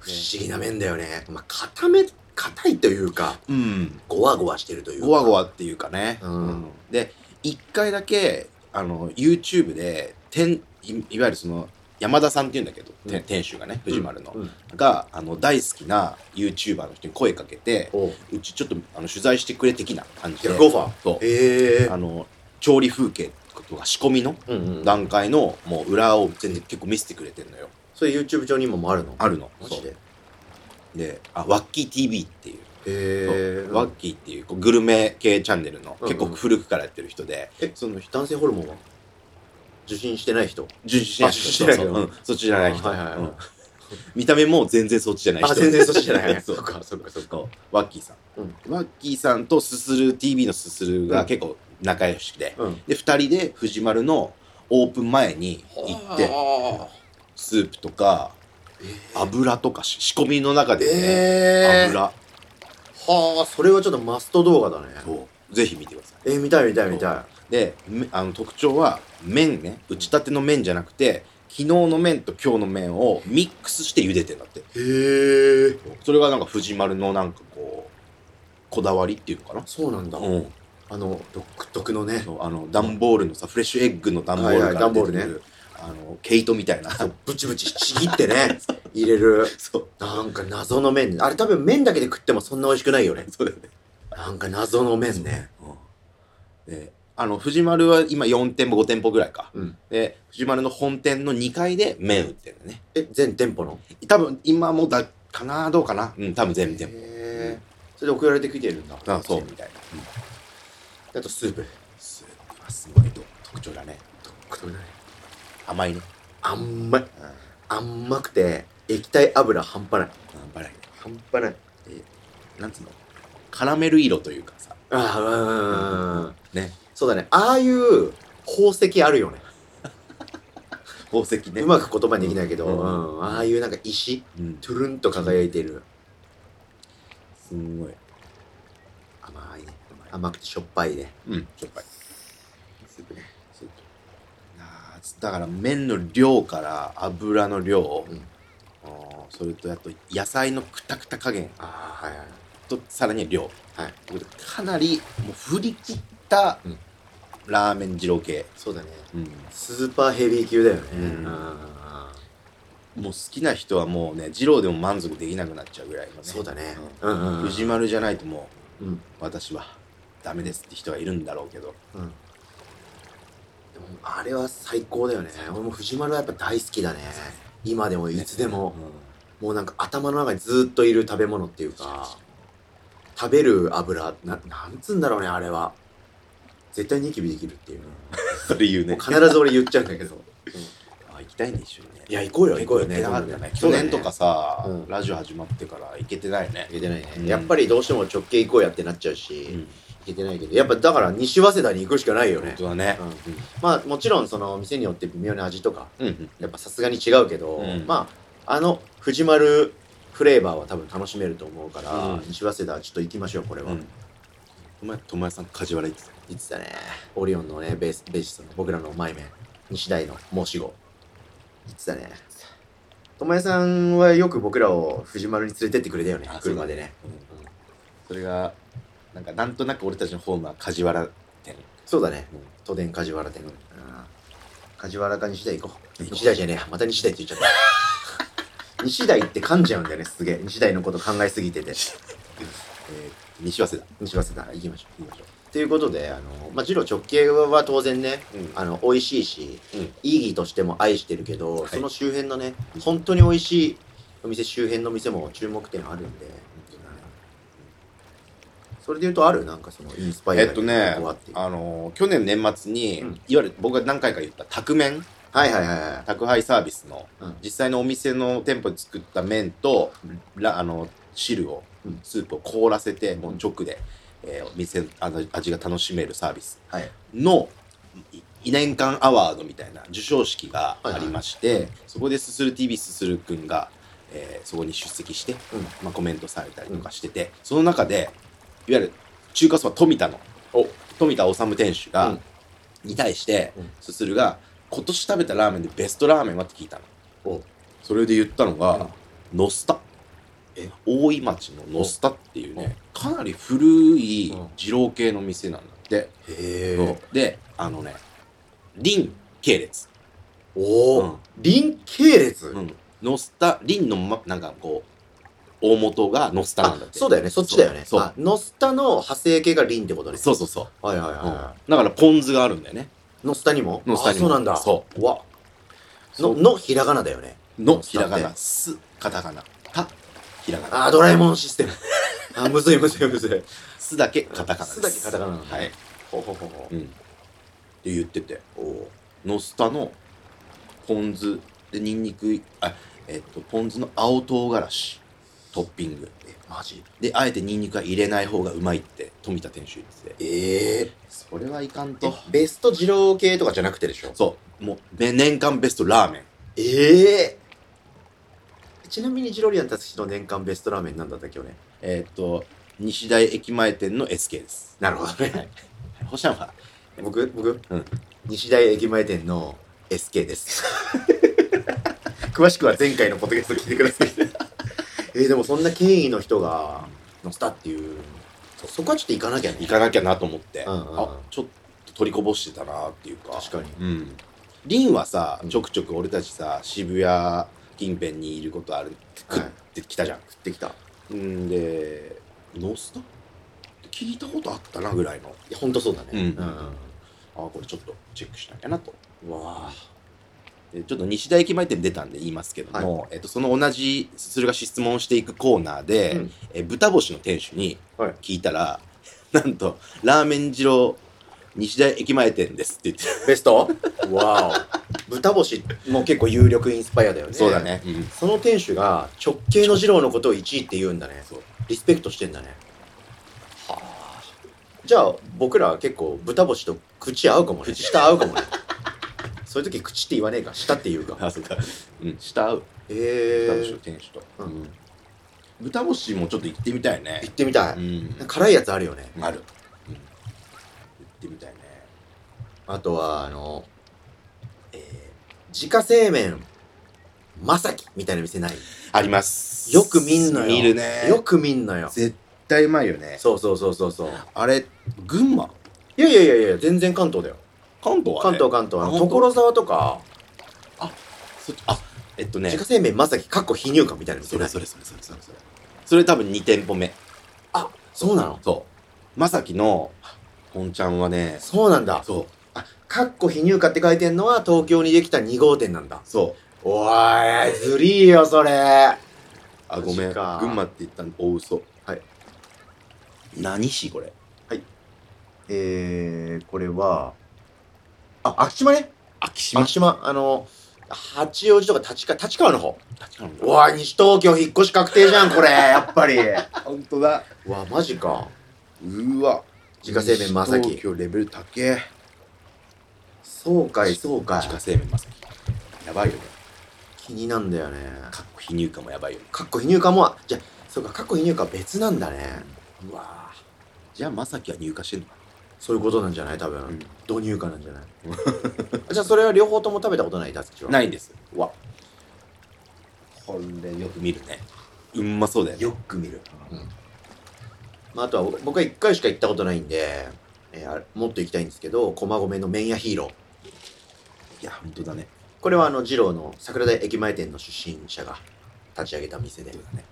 Speaker 1: 不思議な麺だよね。まあ、固め、硬いというか、
Speaker 2: うん。
Speaker 1: ゴワゴワしてるというか。
Speaker 2: ゴワゴワっていうかね。
Speaker 1: うん
Speaker 2: で、一回だけ、あの、YouTube で、天、いいわゆるその、山田さんっていうんだけど、
Speaker 1: う
Speaker 2: て
Speaker 1: ん
Speaker 2: 店主がね、藤丸の、
Speaker 1: うん
Speaker 2: が、あの、大好きな YouTuber の人に声かけて、
Speaker 1: おう
Speaker 2: うちちょっとあの取材してくれ的な感じで、
Speaker 1: 逆オファー
Speaker 2: そう
Speaker 1: へえ
Speaker 2: あの調理風景とか仕込みの
Speaker 1: うんうん
Speaker 2: 段階のもう裏を全然結構見せてくれてんのよ。
Speaker 1: それ YouTube 上に今もあるの
Speaker 2: あるの。
Speaker 1: マジでへ
Speaker 2: そうで、あ、ワッキー TV っていう、
Speaker 1: え
Speaker 2: ワッキーっていうこうグルメ系チャンネルの
Speaker 1: うんうん
Speaker 2: 結構古くからやってる人で、
Speaker 1: えその男性ホルモンは受診してない人
Speaker 2: 順次しない
Speaker 1: あ
Speaker 2: 人。
Speaker 1: 知らない
Speaker 2: そうそううんそっちじゃない人。
Speaker 1: あはいはいはい
Speaker 2: うん見た目も全然そっちじゃない人。
Speaker 1: あ全然そっちじゃない
Speaker 2: [laughs] そ
Speaker 1: そうっかそっかそっか
Speaker 2: そうワッキーさん,、
Speaker 1: うん
Speaker 2: ワッキーさんとすする TV のすするが結構仲良しで、
Speaker 1: うん
Speaker 2: で2人で藤丸のオープン前に行ってスープとか油とかし仕込みの中で、ね
Speaker 1: え
Speaker 2: 油
Speaker 1: はあそれはちょっとマスト動画だね
Speaker 2: をぜひ見てください
Speaker 1: えー見たい見たい見た
Speaker 2: でめあの特徴は麺ね打ちたての麺じゃなくて昨日の麺と今日の麺をミックスして茹でてんだって
Speaker 1: いへえ
Speaker 2: それがなんか藤丸のなんかこうこだわりっていうのかな
Speaker 1: そうなんだ
Speaker 2: うん
Speaker 1: あの独特のね
Speaker 2: そうあの段ボールのさフレッシュエッグの段ボール
Speaker 1: はいはい
Speaker 2: から出てくる、
Speaker 1: 段ボール
Speaker 2: あの毛糸みたいな
Speaker 1: そうブチブチちぎってね入れる
Speaker 2: そう
Speaker 1: なんか謎の麺あれ多分麺だけで食ってもそんな美味しくないよね
Speaker 2: そうだよね
Speaker 1: なんか謎の麺ね
Speaker 2: であの藤丸は今4店舗5店舗ぐらいか
Speaker 1: うん
Speaker 2: で藤丸の本店の2階で麺売ってるのね
Speaker 1: え全店舗の
Speaker 2: 多分今もだかなどうかなうん多分全店舗
Speaker 1: へえそれで送られてきてるんだ
Speaker 2: あそうみたいな、うん、
Speaker 1: あとスープ
Speaker 2: すすごいと特徴だね
Speaker 1: 独特だね
Speaker 2: 甘いね
Speaker 1: 甘い
Speaker 2: うん
Speaker 1: 甘くて液体油半端ない
Speaker 2: うんバラエテ
Speaker 1: 半端ない
Speaker 2: ィなんつうのカラメル色というかさ
Speaker 1: ああうん
Speaker 2: ね
Speaker 1: そうだねああいう宝石あるよね
Speaker 2: 宝石ね
Speaker 1: うまく言葉にできないけど、
Speaker 2: う
Speaker 1: う
Speaker 2: ん
Speaker 1: んああいうなんか石
Speaker 2: うん
Speaker 1: トゥルンと輝いてる
Speaker 2: すんごい
Speaker 1: 甘いね甘くてしょっぱいね
Speaker 2: うんしょっぱい
Speaker 1: スープね
Speaker 2: スープあーだから麺の量から油の量、
Speaker 1: うん
Speaker 2: あーそれとあと野菜のくたくた加減
Speaker 1: ああはいはい
Speaker 2: とさらに量
Speaker 1: はい
Speaker 2: かなりもう振り切った
Speaker 1: うん
Speaker 2: ラーメン二郎系、
Speaker 1: そうだね
Speaker 2: うん
Speaker 1: スーパーヘビー級だよね、
Speaker 2: うん
Speaker 1: あー
Speaker 2: もう好きな人はもうね二郎でも満足できなくなっちゃうぐらいのね
Speaker 1: そうだね、
Speaker 2: ん
Speaker 1: うんうんうん
Speaker 2: 藤丸じゃないとも
Speaker 1: うん
Speaker 2: う私はダメですって人はいるんだろうけど
Speaker 1: うんでもあれは最高だよね俺も藤丸はやっぱ大好きだね今でもいつでも、もうなんか頭の中にずっといる食べ物っていうか食べる油ななんつうんだろうねあれは絶対ニキビできるっていう,、
Speaker 2: それ言うね
Speaker 1: 必ず俺言っちゃうんだけど
Speaker 2: あ行きたいね一緒にね
Speaker 1: いや行こうよ行こうよ
Speaker 2: 行
Speaker 1: ね
Speaker 2: けなかったね
Speaker 1: そ
Speaker 2: 去
Speaker 1: うだね
Speaker 2: 年とかさ、
Speaker 1: うん
Speaker 2: ラジオ始まってから行けてないね
Speaker 1: 行けてないね、
Speaker 2: うん
Speaker 1: やっぱりどうしても直径行こうやってなっちゃうし、
Speaker 2: う
Speaker 1: 行
Speaker 2: ん
Speaker 1: けてないけどやっぱだから西早稲田に行くしかないよ
Speaker 2: 本
Speaker 1: ね
Speaker 2: 当だね
Speaker 1: うんまあもちろんその店によって微妙な味とか
Speaker 2: うんうん
Speaker 1: やっぱさすがに違うけど、
Speaker 2: うん
Speaker 1: まああの藤丸フレーバーは多分楽しめると思うから、
Speaker 2: うん
Speaker 1: 西早稲田ちょっと行きましょうこれは、
Speaker 2: うんお前友達さん梶原行ってた
Speaker 1: 言ってたねオリオンのねベースベーシストの僕らの前面西大の申し子言ってたね友江さんはよく僕らを藤丸に連れてってくれたよね
Speaker 2: あ
Speaker 1: 車でね
Speaker 2: それがなんかなんとなく俺たちのホームは梶原店
Speaker 1: そうだね
Speaker 2: うん
Speaker 1: 都電梶原店、うん、梶原か西大行こう
Speaker 2: 行こう
Speaker 1: 西大じゃねえやまた西大って言っちゃった
Speaker 2: [laughs]
Speaker 1: 西大って噛んじゃうんだよねすげえ西大のこと考えすぎてて
Speaker 2: えー西早稲田
Speaker 1: 西早稲田行きましょう
Speaker 2: 行きましょ
Speaker 1: ということであの、まあ、ジロー直径は当然ね
Speaker 2: う、うん
Speaker 1: あの美味しいし、
Speaker 2: うん
Speaker 1: 意義としても愛してるけど、
Speaker 2: はい
Speaker 1: その周辺のね本当に美味しいお店周辺の店も注目点あるんで、それで言うとあるなんかそのインスパイア
Speaker 2: えっとね
Speaker 1: ここはってい、う
Speaker 2: あのー去年年末に、
Speaker 1: うん
Speaker 2: いわゆる僕が何回か言った宅麺
Speaker 1: はいはいはいはい
Speaker 2: 宅配サービスの、
Speaker 1: うん
Speaker 2: 実際のお店の店舗で作った麺と、
Speaker 1: うん
Speaker 2: らあの汁を、
Speaker 1: うん
Speaker 2: スープを凍らせてもう直で、えーお店のあの味が楽しめるサービス
Speaker 1: はい
Speaker 2: のい年間アワードみたいな授賞式がありまして、そこですする TV すするくんが、えーそこに出席して、
Speaker 1: うん
Speaker 2: まあ、コメントされたりとかしてて、その中でいわゆる中華そば富田の
Speaker 1: お
Speaker 2: 富田治店主が、
Speaker 1: うん
Speaker 2: に対して
Speaker 1: うん
Speaker 2: すするが今年食べたラーメンでベストラーメンはって聞いたの
Speaker 1: お
Speaker 2: それで言ったのが、ノスタえ大井町のノスタっていうね、かなり古い二郎系の店なんだって、
Speaker 1: へ
Speaker 2: そう
Speaker 1: え。
Speaker 2: であのね林系列、
Speaker 1: お
Speaker 2: う
Speaker 1: お
Speaker 2: ん。
Speaker 1: 輪系列
Speaker 2: うん、ノスタ林の、ま、なんかこう大元がノスタなんだ
Speaker 1: あ
Speaker 2: っ、て
Speaker 1: そうだよね。そっちだよね。
Speaker 2: そう
Speaker 1: あノスタの派生系が輪ってことね。
Speaker 2: そうそうそう
Speaker 1: はいはい
Speaker 2: うん
Speaker 1: は
Speaker 2: だからポン酢があるんだよね
Speaker 1: い。ノスタにも
Speaker 2: ノスタにも
Speaker 1: あそうなんだ。。
Speaker 2: そう
Speaker 1: わ。の、
Speaker 2: の
Speaker 1: のひらがなだよね。
Speaker 2: のひらが
Speaker 1: だっ
Speaker 2: なすカタカナたひらがな
Speaker 1: あー、ドラえもんシステム。あー、むずいむずいむずい。
Speaker 2: すだけカタカナです
Speaker 1: すだけカタカナなんだ
Speaker 2: はいっ
Speaker 1: ほほほほ。
Speaker 2: て言ってて
Speaker 1: おお。
Speaker 2: ノスタのポン酢でニンニクあえっとポン酢の青唐辛子トッピング
Speaker 1: マジ
Speaker 2: であえてニンニクは入れない方がうまいって富田店主言ってて
Speaker 1: ええ。
Speaker 2: それはいかん
Speaker 1: え
Speaker 2: と
Speaker 1: ベスト二郎系とかじゃなくてでしょ
Speaker 2: そうもうね年間ベストラーメン
Speaker 1: ええちなみにジロリアンたちの年間ベストラーメンなんだったっけね。
Speaker 2: えっと西大駅前店の SK です
Speaker 1: なるほどね。
Speaker 2: 星山は
Speaker 1: 僕、僕、
Speaker 2: うん
Speaker 1: 西大駅前店の SK
Speaker 2: [laughs]
Speaker 1: です。詳しくは前回のポッドキャスト聞いてください。えー、でもそんな権威の人が乗せたっていう、そそこはちょっと行かなきゃね。
Speaker 2: 行かなきゃなと思って、
Speaker 1: うんうんうん
Speaker 2: あちょっと取りこぼしてたなっていうか
Speaker 1: 確かに。
Speaker 2: うんリンはさ
Speaker 1: うん
Speaker 2: ちょくちょく俺たちさ渋谷近辺にいることある食ってきたじゃん、
Speaker 1: 食ってきた。い
Speaker 2: うんでノースタって聞いたことあったなぐらいの
Speaker 1: や、ほんとそうだね。
Speaker 2: うん
Speaker 1: うん
Speaker 2: あこれちょっとチェックしなきゃなと
Speaker 1: うんわあ
Speaker 2: でちょっと西大駅前店出たんで言いますけども、えっと、その同じそれが質問していくコーナーで、
Speaker 1: うん
Speaker 2: え豚星の店主に
Speaker 1: はい
Speaker 2: 聞いたら、なんとラーメン二郎西大駅前店ですって言って
Speaker 1: ベストわお。豚星も結構有力インスパイアだよね。
Speaker 2: そうだ。ね、
Speaker 1: その店主が直系の二郎のことを1位って言うんだね
Speaker 2: そう。
Speaker 1: リスペクトしてんだね。はあ。じゃあ僕らは結構豚星と口合うかもね。舌合うかもね。 [laughs] そういう時口って言わねえか、舌って言うか。
Speaker 2: あそうかうん下合う
Speaker 1: ええ
Speaker 2: 豚星の
Speaker 1: ー。
Speaker 2: 店主と、
Speaker 1: うん
Speaker 2: うん豚星もちょっと行ってみたいね
Speaker 1: 行ってみたい。
Speaker 2: ん
Speaker 1: 辛いやつあるよね。
Speaker 2: ある、うん行ってみたいね
Speaker 1: あとは、あの、えー、自家製麺、まさきみたいな店ない。
Speaker 2: あります
Speaker 1: よく見んのよ。
Speaker 2: 見るね
Speaker 1: よく見んのよ。
Speaker 2: 絶対うまいよね
Speaker 1: そうそうそうそうそう。
Speaker 2: あれ群馬
Speaker 1: いやいやいやいや、全然関東だよ。
Speaker 2: 関東は
Speaker 1: 関
Speaker 2: ね
Speaker 1: 東関東。あ
Speaker 2: あ
Speaker 1: の
Speaker 2: 本当
Speaker 1: 所沢とか、
Speaker 2: そっちあえっとね
Speaker 1: 自家製麺まさき、かっこ非乳感みたいな店
Speaker 2: そ
Speaker 1: な
Speaker 2: れ
Speaker 1: い。
Speaker 2: それそれそれそれそれそれ多分2店舗目
Speaker 1: あ、そうなの
Speaker 2: そうまさきの本ちゃんはね
Speaker 1: そうなんだ。
Speaker 2: そう
Speaker 1: かっこ非乳化って書いてんのは東京にできた2号店なんだ。
Speaker 2: そう
Speaker 1: おーい、ずりーよ、それ。あ
Speaker 2: あご
Speaker 1: マ
Speaker 2: めん
Speaker 1: ジ
Speaker 2: 群
Speaker 1: か
Speaker 2: 馬って言ったの大嘘
Speaker 1: はい
Speaker 2: 何市これ
Speaker 1: えー、これは、あ、秋島ね。
Speaker 2: 秋島
Speaker 1: 秋島、あの、八王子とか立川、立川の方。
Speaker 2: 立川の
Speaker 1: うわー、西東京引っ越し確定じゃん、こ
Speaker 2: [laughs]
Speaker 1: れ。やっぱり。
Speaker 2: 本当だ
Speaker 1: うわ、マジか。
Speaker 2: うわ
Speaker 1: 自家製麺まさき
Speaker 2: 東京レベル高え
Speaker 1: そうかい、そうか
Speaker 2: 自家
Speaker 1: い。
Speaker 2: 製麺まさきやばいよね
Speaker 1: 気になんだよね。
Speaker 2: かっこ皮乳化もやばいよね
Speaker 1: かっこ非乳化も、じゃあ、そうか、かっこ非乳化は別なんだね。うわー
Speaker 2: じゃあまさきは入荷してんのか
Speaker 1: そういうことなんじゃない多分。
Speaker 2: うん
Speaker 1: 導入かなんじゃない [laughs] じゃあそれは両方とも食べたことないダツキは
Speaker 2: ないんです
Speaker 1: うわ
Speaker 2: これよく見るねうんまそうだよね
Speaker 1: よく見る、まあ、あとは僕僕は1回しか行ったことないんで、えーあれもっと行きたいんですけど駒込の麺屋ヒーロー
Speaker 2: いや本当だね
Speaker 1: これはあの二郎の桜台駅前店の出身者が立ち上げた店で
Speaker 2: 本当だね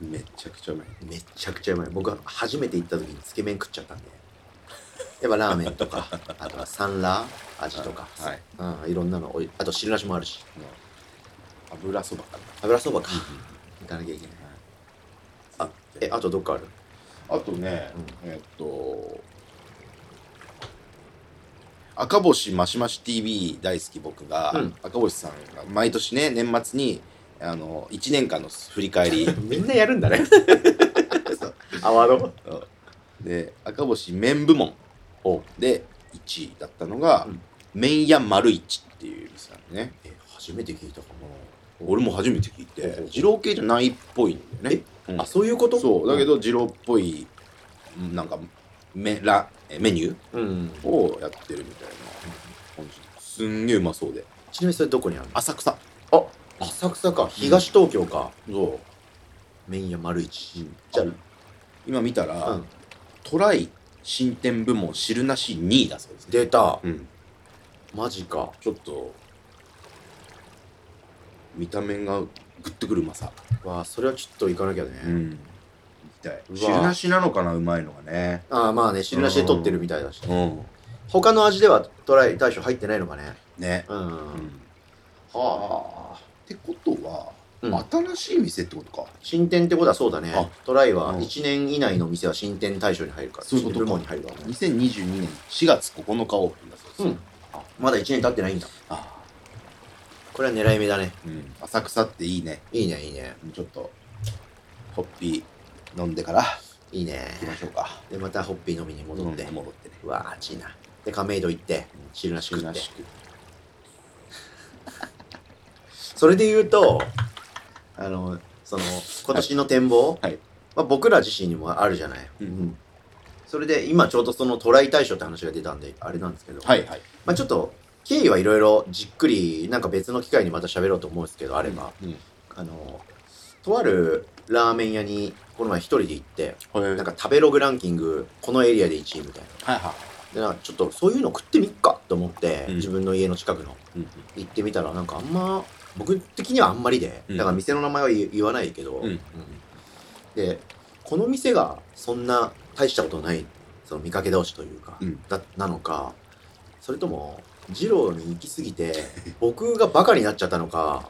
Speaker 2: めちゃくちゃうまい
Speaker 1: めっちゃくちゃうまい僕は初めて行った時につけ麺食っちゃったんでやっぱラーメンと
Speaker 2: [laughs]
Speaker 1: かあとはサンラー味とか、
Speaker 2: はい
Speaker 1: うん、いろんなのおいあと汁なしもあるし
Speaker 2: もう油そばかな
Speaker 1: 油そばか行かなきゃいけない
Speaker 2: あ
Speaker 1: えあとどっかある
Speaker 2: あとね、えっと赤星マシマシ TV 大好き僕が、
Speaker 1: うん
Speaker 2: 赤星さんが毎年ね年末にあの1年間の振り返り
Speaker 1: みんなやるんだ [laughs] ね。アワード。
Speaker 2: で赤星麺部門
Speaker 1: お
Speaker 2: で1位だったのが、
Speaker 1: うん
Speaker 2: 麺屋丸一っていう店なんでね
Speaker 1: え、初めて聞いたか
Speaker 2: 俺も初めて聞い
Speaker 1: ほう
Speaker 2: て二郎系じゃないっぽいんだよねうん
Speaker 1: あ、そういうこと
Speaker 2: そうだけ、ど二郎っぽいうんなんかメラえメニュ
Speaker 1: うん。
Speaker 2: ーをやってるみたいな感じすんげえうまそうで
Speaker 1: ちなみにそれどこにあるの
Speaker 2: 浅草
Speaker 1: あ浅草か、東東京か。そう。麺屋丸一。じゃ
Speaker 2: 今見たら、
Speaker 1: あ、うん。
Speaker 2: トライ新店部門汁なし2位だそうですね
Speaker 1: 出た。
Speaker 2: うん
Speaker 1: マジか。
Speaker 2: ちょっと見た目がグッとくるうまさ
Speaker 1: わあ、それはちょっと行かなきゃね。
Speaker 2: ん痛いう
Speaker 1: わ
Speaker 2: 汁なしなのかなうまいのがね
Speaker 1: ああ、まあね、汁なしで取ってるみたいだし。
Speaker 2: うん
Speaker 1: 他の味ではトライ大将入ってないのかね。
Speaker 2: ね
Speaker 1: うん。
Speaker 2: うん
Speaker 1: はあ。
Speaker 2: ってことは、
Speaker 1: う
Speaker 2: 新しい店ってことか
Speaker 1: 新店ってことはそうだ
Speaker 2: あ
Speaker 1: ね。トライ
Speaker 2: う
Speaker 1: は
Speaker 2: ん
Speaker 1: 1年以内の店は新店対象に入るから、
Speaker 2: そういうこと
Speaker 1: 新部
Speaker 2: か
Speaker 1: 門に入るからね。
Speaker 2: 2022年4月9日オープンだそうです、
Speaker 1: うんまだ1年経ってないんだ。
Speaker 2: あ
Speaker 1: これは狙い目だね。
Speaker 2: ーうん、浅草っていいね
Speaker 1: いいね、いいね。
Speaker 2: ちょっとホッピー飲んでから
Speaker 1: いいね。
Speaker 2: 行きましょうか
Speaker 1: で、またホッピー飲みに戻って。
Speaker 2: 戻ってね
Speaker 1: うわあ、暑いな。で、亀戸行って、汁なし食
Speaker 2: 汁
Speaker 1: っ
Speaker 2: な
Speaker 1: て
Speaker 2: し。食って
Speaker 1: それで言うと、あの、その、今年の展望、
Speaker 2: はい
Speaker 1: まあ、僕ら自身にもあるじゃない。
Speaker 2: うん
Speaker 1: それで、今ちょうどそのトライ対象って話が出たんで、あれなんですけど、
Speaker 2: はいはい
Speaker 1: まあちょっと、経緯はいろいろじっくり、なんか別の機会にまた喋ろうと思うんですけど、あれば、
Speaker 2: うん
Speaker 1: あの、とあるラーメン屋に、この前一人で行って、
Speaker 2: はい
Speaker 1: なんか食べログランキング、このエリアで1位みたいな。
Speaker 2: はいは
Speaker 1: で、なんかちょっとそういうの食ってみっかと思って、
Speaker 2: うん
Speaker 1: 自分の家の近くの。
Speaker 2: い、うん
Speaker 1: 行ってみたらなんかあんま僕的にはあんまりで、
Speaker 2: うん
Speaker 1: だから店の名前は言言わないけど、
Speaker 2: うん
Speaker 1: でこの店がそんな大したことないその見かけ倒しというか、
Speaker 2: うん
Speaker 1: だなのかそれとも二郎に行き過ぎて [laughs] 僕がバカになっちゃったのか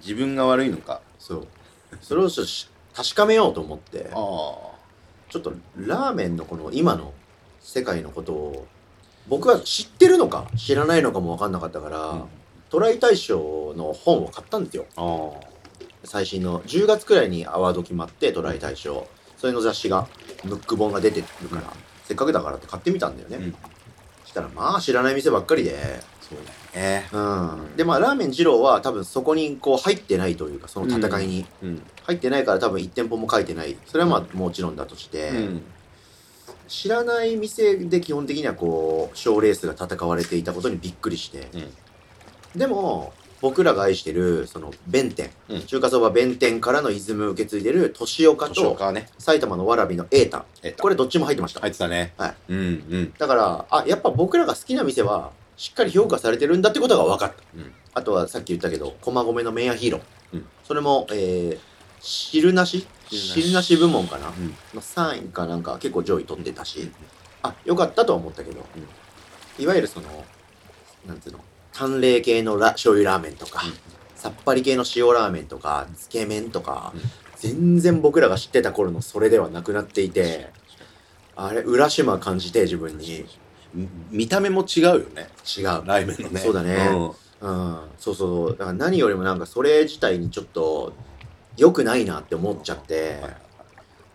Speaker 2: 自分が悪いのか
Speaker 1: そうそれをちょっとし確かめようと思って
Speaker 2: ああ
Speaker 1: ちょっとラーメンのこの今の世界のことを僕は知ってるのか知らないのかも分かんなかったから、
Speaker 2: うん
Speaker 1: トライ大賞の本を買ったんですよ
Speaker 2: ああ
Speaker 1: 最新の10月くらいにアワード決まってトライ大賞それの雑誌がムック本が出てるから、
Speaker 2: うん
Speaker 1: せっかくだからって買ってみたんだよね、
Speaker 2: うん
Speaker 1: したらまあ知らない店ばっかりで
Speaker 2: そうだよね
Speaker 1: うん、
Speaker 2: うん
Speaker 1: でまあラーメン二郎は多分そこにこう入ってないというかその戦いに、
Speaker 2: うん
Speaker 1: 入ってないから多分1店舗も書いてないそれはまあもちろんだとして、
Speaker 2: うん
Speaker 1: 知らない店で基本的にはこう賞ーレースが戦われていたことにびっくりして、
Speaker 2: うん
Speaker 1: でも僕らが愛してるその弁天、
Speaker 2: うん
Speaker 1: 中華そば弁天からのイズムを受け継いでる吉岡
Speaker 2: 年
Speaker 1: と
Speaker 2: 岡ね
Speaker 1: 埼玉のわらびの瑛太
Speaker 2: えっと
Speaker 1: これどっちも入ってました、
Speaker 2: 入ってたね
Speaker 1: はい
Speaker 2: うんうん
Speaker 1: だからあやっぱ僕らが好きな店はしっかり評価されてるんだってことが分かった、
Speaker 2: うん
Speaker 1: あとはさっき言ったけど駒込の麺屋ヒーロー、
Speaker 2: うん
Speaker 1: それも、えー、汁なし
Speaker 2: 汁なし
Speaker 1: 汁なし部門かな、
Speaker 2: うん
Speaker 1: の3位かなんか結構上位取ってたし、あ良かったとは思ったけど、いわゆるそのなんつうの淡麗系のラ醤油ラーメンとか、
Speaker 2: うん
Speaker 1: さっぱり系の塩ラーメンとかつけ麺とか、
Speaker 2: うん
Speaker 1: 全然僕らが知ってた頃のそれではなくなっていてあれ浦島感じて自分に違う、
Speaker 2: み見た目も違うよねラーメンのね
Speaker 1: そうだね
Speaker 2: ん
Speaker 1: うん、そうそうだから何よりもなんかそれ自体にちょっと良くないなって思っちゃって、
Speaker 2: はいはい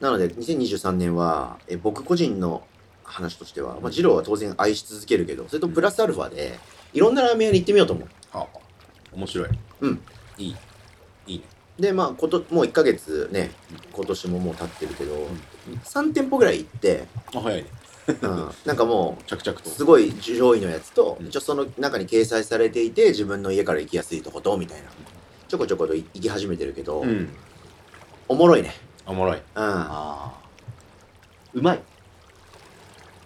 Speaker 1: なので、2023年は、え僕個人の話としては、まあ、二郎は当然愛し続けるけど、それとプラスアルファで、いろんなラーメン屋に行ってみようと思
Speaker 2: はあ面白い
Speaker 1: うん
Speaker 2: いいいいね
Speaker 1: う。で、まあ、こと、もう1ヶ月ね、今年ももう経ってるけど
Speaker 2: ん、
Speaker 1: 3店舗ぐらい行
Speaker 2: [laughs]
Speaker 1: って、
Speaker 2: あ早いね
Speaker 1: うん、なんかも
Speaker 2: 着々
Speaker 1: う、
Speaker 2: と
Speaker 1: すごい上位のやつと
Speaker 2: う、ん
Speaker 1: 一応その中に掲載されていて、自分の家から行きやすいとこと、みたいな。ちょこちょこと行き始めてるけど、
Speaker 2: うん
Speaker 1: おもろいね。
Speaker 2: おもろい
Speaker 1: うん。
Speaker 2: ああうまい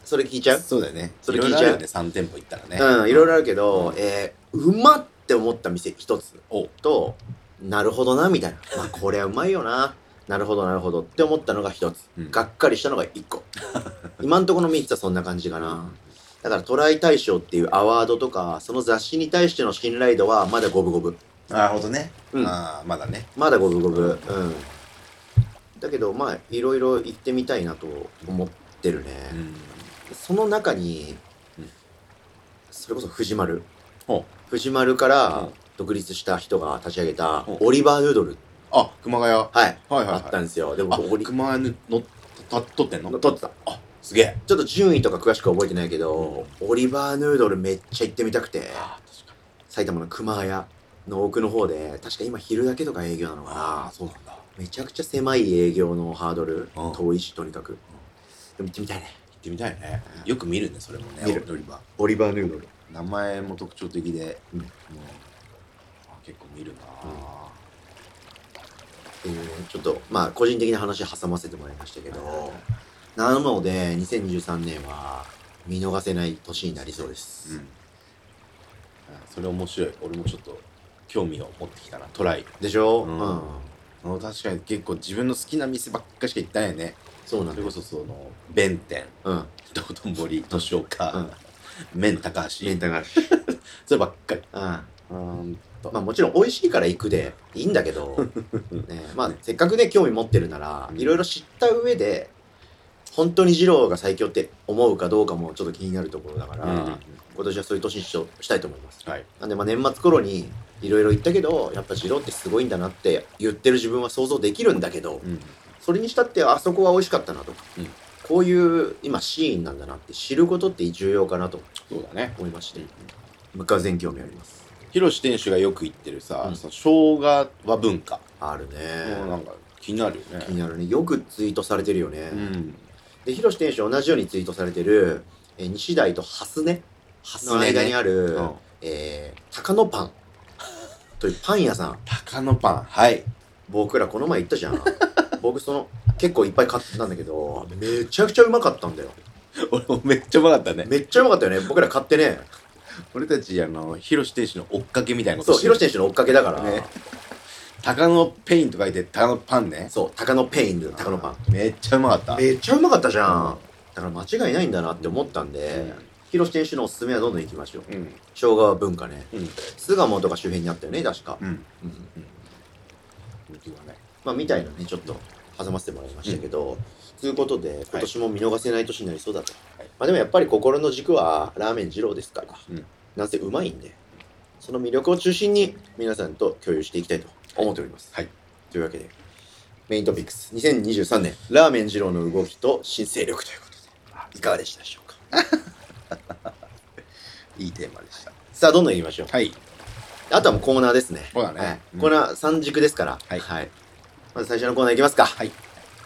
Speaker 1: それ聞いちゃう
Speaker 2: そうだよね
Speaker 1: それ聞いちゃう
Speaker 2: ろろあるよね3店舗行ったらね
Speaker 1: うん、いろいろあるけど、
Speaker 2: うん
Speaker 1: えーうまって思った店一つ
Speaker 2: お
Speaker 1: と、なるほどな、みたいな。まあ、これはうまいよな。なるほど、なるほどって思ったのが一つ。
Speaker 2: うん
Speaker 1: がっかりしたのが一
Speaker 2: [laughs]
Speaker 1: 個。今んところの三つはそんな感じかな。だからトライ大賞っていうアワードとか、その雑誌に対しての信頼度はまだ五分五分。
Speaker 2: なるほどね
Speaker 1: うん
Speaker 2: ああまだね
Speaker 1: まだ五分五分。うん。だけど、まあ、いろいろ行ってみたいなと思ってるね。
Speaker 2: うん
Speaker 1: その中に
Speaker 2: うん、
Speaker 1: それこそ藤丸。
Speaker 2: ほ
Speaker 1: 藤丸か
Speaker 2: う
Speaker 1: ら
Speaker 2: ん
Speaker 1: 独立した人が立ち上げた
Speaker 2: ほ、う
Speaker 1: オリバー・ヌードル。
Speaker 2: あ熊谷はい
Speaker 1: はい。
Speaker 2: はい
Speaker 1: あった
Speaker 2: はい
Speaker 1: んですよ。でも
Speaker 2: あ
Speaker 1: 僕、オリ
Speaker 2: 熊谷のた撮ってんの
Speaker 1: 撮ってた。
Speaker 2: あすげえ
Speaker 1: ちょっと順位とか詳しくは覚えてないけど、オリバー・ヌードルめっちゃ行ってみたくて、
Speaker 2: あ確かに
Speaker 1: 埼玉の熊谷の奥の方で、確か今昼だけとか営業なのか
Speaker 2: あ
Speaker 1: な
Speaker 2: あ。そうなんだ
Speaker 1: めちゃくちゃ狭い営業のハードル
Speaker 2: うん。
Speaker 1: 遠いし、とにかく。でも行ってみたいね。
Speaker 2: 行ってみたいねよく見るねそれもね
Speaker 1: 見る
Speaker 2: 踊り場
Speaker 1: オリバー・ヌードル。
Speaker 2: 名前も特徴的で、
Speaker 1: うん
Speaker 2: もうあ結構見るなあ、
Speaker 1: えーちょっと、まあ、個人的な話挟ませてもらいましたけど、なので、2023年は見逃せない年になりそうです。
Speaker 2: うんあそれ面白い俺もちょっと興味を持ってきたなトライ
Speaker 1: でしょ
Speaker 2: う
Speaker 1: うんん、
Speaker 2: あの確かに結構自分の好きな店ばっかしか行ったんやね
Speaker 1: そうなんだ
Speaker 2: それ
Speaker 1: よ
Speaker 2: こ。そその弁天
Speaker 1: うん。
Speaker 2: 道頓堀年岡、麺高橋
Speaker 1: レンタカー。
Speaker 2: [laughs] そればっかり
Speaker 1: うん。ま
Speaker 2: うん
Speaker 1: あもちろん美味しいから行くでいいんだけど、ね、まあせっかくね、興味持ってるなら
Speaker 2: う、ん
Speaker 1: いろいろ知った上で、本当に二郎が最強って思うかどうかもちょっと気になるところだから、今年はそういう年にしようしたいと思います。
Speaker 2: はい
Speaker 1: なんでまあ年末頃にいろいろ言ったけど、やっぱ二郎ってすごいんだなって言ってる自分は想像できるんだけど、
Speaker 2: うん
Speaker 1: それにしたってあそこは美味しかったなとか、
Speaker 2: うん
Speaker 1: こういう今シーンなんだなって知ることって重要かなと
Speaker 2: そうだね
Speaker 1: 思いまして
Speaker 2: うん、
Speaker 1: 無下全興味あります。
Speaker 2: ひろし店主がよく言ってるさ、
Speaker 1: うん
Speaker 2: その生姜は文化、
Speaker 1: あるね。
Speaker 2: うんなんか気になるよ
Speaker 1: 気
Speaker 2: ね
Speaker 1: になるね。よくツイートされてるよね。
Speaker 2: うん
Speaker 1: で、広ロ店主同じようにツイートされてる、えー西大と蓮根の間にある、
Speaker 2: うん
Speaker 1: えー、鷹のパンというパン屋さん。
Speaker 2: 鷹のパンはい
Speaker 1: 僕らこの前行ったじゃ [laughs] ん。僕その、結構いっぱい買ったんだけど、めちゃくちゃうまかったんだよ。
Speaker 2: 俺もめっちゃうまかったね
Speaker 1: めっちゃうまかったよね。僕ら買ってね。
Speaker 2: 俺たちあのひろし店主の追っかけみたいなこ
Speaker 1: そ
Speaker 2: と
Speaker 1: う、広ロ
Speaker 2: してる
Speaker 1: 店主の追っかけだから、
Speaker 2: ね鷹のペインと書いて鷹のパンね
Speaker 1: そう、鷹のペインズ、鷹のパン。
Speaker 2: ンめっちゃうまかった
Speaker 1: めっちゃうまかったじゃ
Speaker 2: うん
Speaker 1: ん。だから間違いないんだなって思ったんで、広ロ店主のおすすめはどんどん行きましょう。
Speaker 2: うん
Speaker 1: 生姜は文化ね。
Speaker 2: うん
Speaker 1: 巣鴨とか周辺にあったよね、確か。
Speaker 2: うん
Speaker 1: うん。
Speaker 2: 本当だね
Speaker 1: まあ、みたいなね、ちょっと挟ませてもらいましたけど、ということで、今年も見逃せない年になりそうだと。
Speaker 2: はい
Speaker 1: まあ、でもやっぱり心の軸はラーメン二郎ですから、
Speaker 2: うん
Speaker 1: なんせうまいんで、その魅力を中心に皆さんと共有していきたいと思っております。
Speaker 2: はい
Speaker 1: というわけで、メイントピックス、2023年、ラーメン二郎の動きと新勢力ということで、いかがでしたでしょうか。
Speaker 2: いいテーマでした
Speaker 1: さあ、どんどんいきましょう。
Speaker 2: はい
Speaker 1: あとはもうコーナーですね。
Speaker 2: そうだね
Speaker 1: はい
Speaker 2: うん
Speaker 1: コーナー3軸ですから、
Speaker 2: はい
Speaker 1: まず最初のコーナーいきますか。
Speaker 2: はい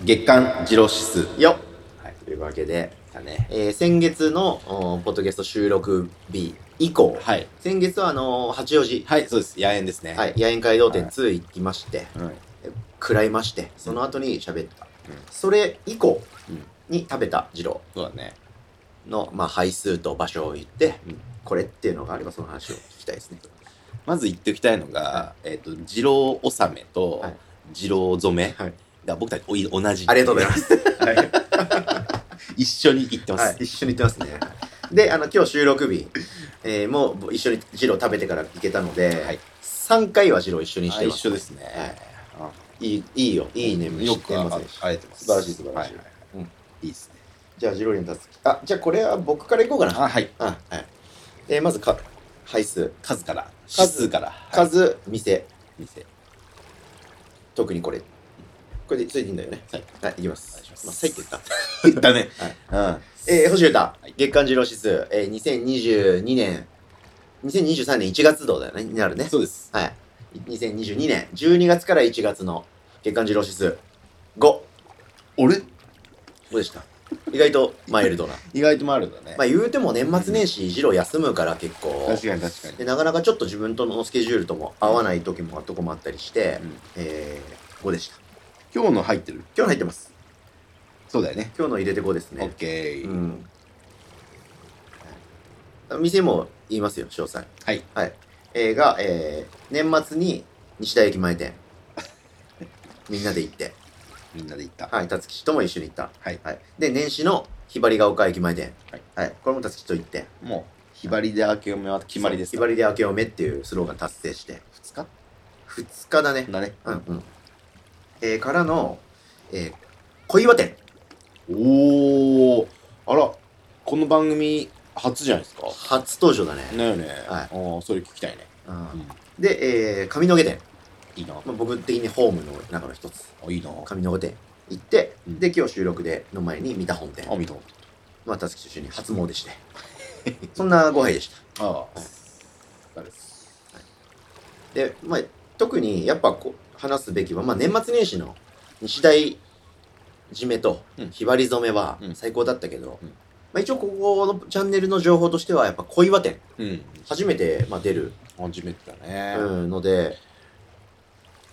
Speaker 2: 月間二郎指数
Speaker 1: よっ
Speaker 2: はい
Speaker 1: というわけで、
Speaker 2: だね
Speaker 1: えー先月のおーポッドキャスト収録日以降、
Speaker 2: はい
Speaker 1: 先月はあのー八王子、
Speaker 2: はいそうです野縁ですね
Speaker 1: はい、野宴街道店2行きまして、
Speaker 2: うん
Speaker 1: 食らいまして、その後に喋った。
Speaker 2: うん
Speaker 1: それ以降
Speaker 2: うん
Speaker 1: に食べた二郎
Speaker 2: そうだね
Speaker 1: の、まあ、配数と場所を言って、
Speaker 2: うん
Speaker 1: これっていうのがあればその話を聞きたいですね。
Speaker 2: まず言っておきたいのがえっと二郎納めと
Speaker 1: はい
Speaker 2: 二郎染め
Speaker 1: はい
Speaker 2: が僕たちおい同じ
Speaker 1: ありがとうございますす。はい
Speaker 2: [laughs] 一緒に行ってま
Speaker 1: は
Speaker 2: す
Speaker 1: い、一緒に行ってますね。で、あの、今日収録日、えーもう一緒に二郎食べてから行けたので、
Speaker 2: はい
Speaker 1: 3回は二郎一緒にし
Speaker 2: あ
Speaker 1: てます。
Speaker 2: 一緒ですねうん
Speaker 1: いいいいよ、いいね、
Speaker 2: よくあ
Speaker 1: ますね。
Speaker 2: あえてます
Speaker 1: 素晴らしい素晴らしい
Speaker 2: はは
Speaker 1: うん
Speaker 2: いいですね
Speaker 1: じゃあ、ジロリン立つ。あ、じゃあこれは僕からいこうかな。
Speaker 2: あはい
Speaker 1: あはい。えーまずか、配数。
Speaker 2: 数から
Speaker 1: 数
Speaker 2: 指数からはい
Speaker 1: 数、店、
Speaker 2: 店
Speaker 1: 特にこれ。これでついていいんだよね。
Speaker 2: はい。
Speaker 1: はい、いきま
Speaker 2: お
Speaker 1: す。
Speaker 2: 願いします
Speaker 1: まあ、さっき言った。
Speaker 2: だね
Speaker 1: えー、星歌
Speaker 2: はい、
Speaker 1: 月間二郎指数、えー、2022年、2023年1月度だよね、になる
Speaker 2: うん
Speaker 1: ね。
Speaker 2: そうです
Speaker 1: はい。2022年12月から1月の月間二郎指数、5。ど
Speaker 2: 俺
Speaker 1: うでした意外とマイル
Speaker 2: [laughs]
Speaker 1: ドな。
Speaker 2: 意外と回るんだね
Speaker 1: まあ言うても年末年始、二郎休むから結構。
Speaker 2: 確かに確かに
Speaker 1: でなかなかちょっと自分とのスケジュールとも合わない時もとこもあったりして、
Speaker 2: うん
Speaker 1: えー、5でした
Speaker 2: 今日の入ってる
Speaker 1: 今日の入ってます
Speaker 2: そうだよね
Speaker 1: 今日の入れて5です
Speaker 2: オッ
Speaker 1: ね
Speaker 2: ケ
Speaker 1: う
Speaker 2: ー
Speaker 1: ん店も言いますよ詳細
Speaker 2: はい
Speaker 1: はいえーが、えー、年末に西大駅前
Speaker 2: [laughs]
Speaker 1: 店みんなで行って
Speaker 2: みんなで行った
Speaker 1: はい辰吉とも一緒に行った
Speaker 2: はい
Speaker 1: はいで年始のひばりが丘駅前店
Speaker 2: はい、
Speaker 1: これも辰吉と行って
Speaker 2: もう日張りで明けおめは決まりです
Speaker 1: ひ
Speaker 2: か
Speaker 1: ばりで明けおめっていうスローガン達成して
Speaker 2: 2
Speaker 1: 2日だね
Speaker 2: 日だね
Speaker 1: うんうん。えーからの、えー小岩店。
Speaker 2: おおあらこの番組初じゃないですか
Speaker 1: 初登場だね。
Speaker 2: だよね
Speaker 1: はい
Speaker 2: おーそれ聞きたいね
Speaker 1: うんで、えー、上野毛店。
Speaker 2: いいな
Speaker 1: まあ、僕的にホームの中の一つ。
Speaker 2: あいいな
Speaker 1: 上野毛店行って、
Speaker 2: うん
Speaker 1: で、今日収録での前に見た本店。
Speaker 2: あ見た
Speaker 1: まあ、たつきと一緒に初詣して。 [laughs] そんな5杯でした。
Speaker 2: ああ誰です
Speaker 1: で、まあ、特にやっぱこう話すべきは、まあ、年末年始の西大締めと
Speaker 2: うん
Speaker 1: ひばり染めは
Speaker 2: うん
Speaker 1: 最高だったけど、
Speaker 2: うん
Speaker 1: まあ、一応ここのチャンネルの情報としては、やっぱ小岩店。
Speaker 2: うん
Speaker 1: 初めて、まあ、出る
Speaker 2: 初めてだね
Speaker 1: うん、ので、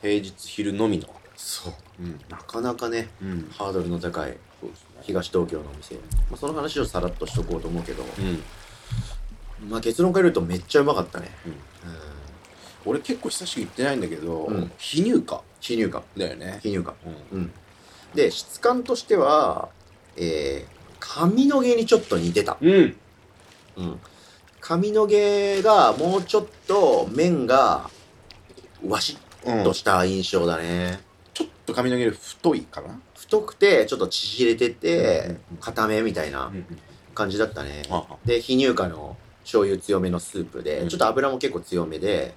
Speaker 2: 平日昼のみのそう。うん。
Speaker 1: なかなかね、
Speaker 2: うん。
Speaker 1: ハードルの高い
Speaker 2: そうですね。
Speaker 1: 東東京のお店。まあ、その話をさらっとしとこうと思うけど、
Speaker 2: うん。
Speaker 1: まあ結論から言うとめっちゃうまかったね。
Speaker 2: うん
Speaker 1: うん。
Speaker 2: 俺結構久しく行ってないんだけど、
Speaker 1: うん
Speaker 2: 非乳化
Speaker 1: 非乳化。
Speaker 2: だよね。
Speaker 1: 非乳化。
Speaker 2: うん。
Speaker 1: うん。で、質感としては、えー、髪の毛にちょっと似てた。
Speaker 2: うん。
Speaker 1: うん。髪の毛がもうちょっと面がわし
Speaker 2: う
Speaker 1: っ
Speaker 2: ん、
Speaker 1: とした印象だね。
Speaker 2: ちょっと髪の毛より太いかな。
Speaker 1: 太くて、ちょっと縮れて
Speaker 2: うんう
Speaker 1: て
Speaker 2: んうん、
Speaker 1: 固めみたいな
Speaker 2: うんうん。
Speaker 1: 感じだったね。
Speaker 2: ああ
Speaker 1: で、非乳化の醤油強めのスープで、
Speaker 2: うん
Speaker 1: ちょっと油も結構強めで、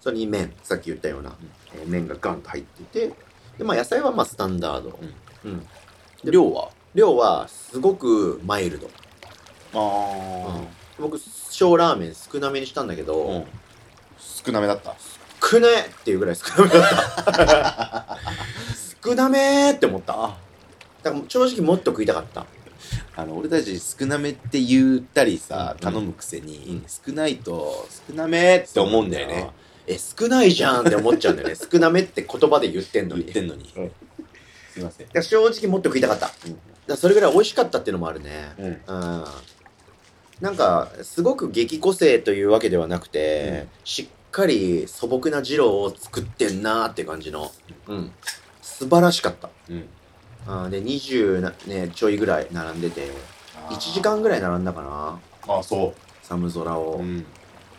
Speaker 1: それに麺、さっき言ったような、えー麺がガンと入っていて、で、まあ野菜はまあスタンダード。うん。
Speaker 2: 量は
Speaker 1: 量はすごくマイルド。
Speaker 2: あ
Speaker 1: 僕、小ラーメン少なめにしたんだけど、
Speaker 2: あ、うん。少なめだった。
Speaker 1: 少ねえっていうぐらい少なめだった。少なめーって思った。だから正直もっと食いたかった。
Speaker 2: あの、俺たち少なめって言ったりさ、
Speaker 1: うん
Speaker 2: 頼むくせに、
Speaker 1: うん
Speaker 2: 少ないと、少なめって思うんだよね。。
Speaker 1: え、少ないじゃんって思っちゃうんだよね。少なめって言葉で言ってんの
Speaker 2: 言っ
Speaker 1: に。
Speaker 2: てんのに。
Speaker 1: うん
Speaker 2: すいません
Speaker 1: だ。から正直もっと食いたかった。だからそれぐらい美味しかったっていうのもあるね。
Speaker 2: うん。
Speaker 1: うん。なんか、すごく激個性というわけではなくて、しっかり素朴な二郎を作ってんなーって感じの。うん。素晴らしかった。
Speaker 2: うん。
Speaker 1: あーで、20な、ね、ちょいぐらい並んでて、1時間ぐらい並んだかな。
Speaker 2: ああ、そ
Speaker 1: 寒空
Speaker 2: う。
Speaker 1: を。
Speaker 2: ん。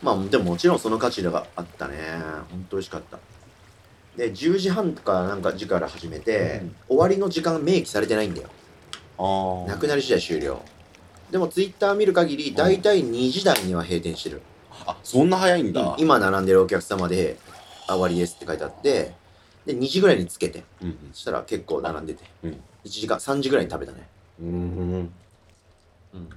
Speaker 1: まあ、でももちろんその価値があったね。ほんと美味しかった。で、10時半とかなんか時から始めて、
Speaker 2: うん
Speaker 1: 終わりの時間明記されてないんだよ。
Speaker 2: ああ。
Speaker 1: なくなり次第終了。でもツイッター見る限り、だいたい2時台には閉店してる。
Speaker 2: あ、そんな早いんだ。
Speaker 1: うん今並んでるお客様で、あ終わりですって書いてあって、で、2時ぐらいにつけて。
Speaker 2: うん
Speaker 1: そしたら結構並んでて。
Speaker 2: うん
Speaker 1: 1時間、3時ぐらいに食べたね。
Speaker 2: うん。うん。
Speaker 1: うん。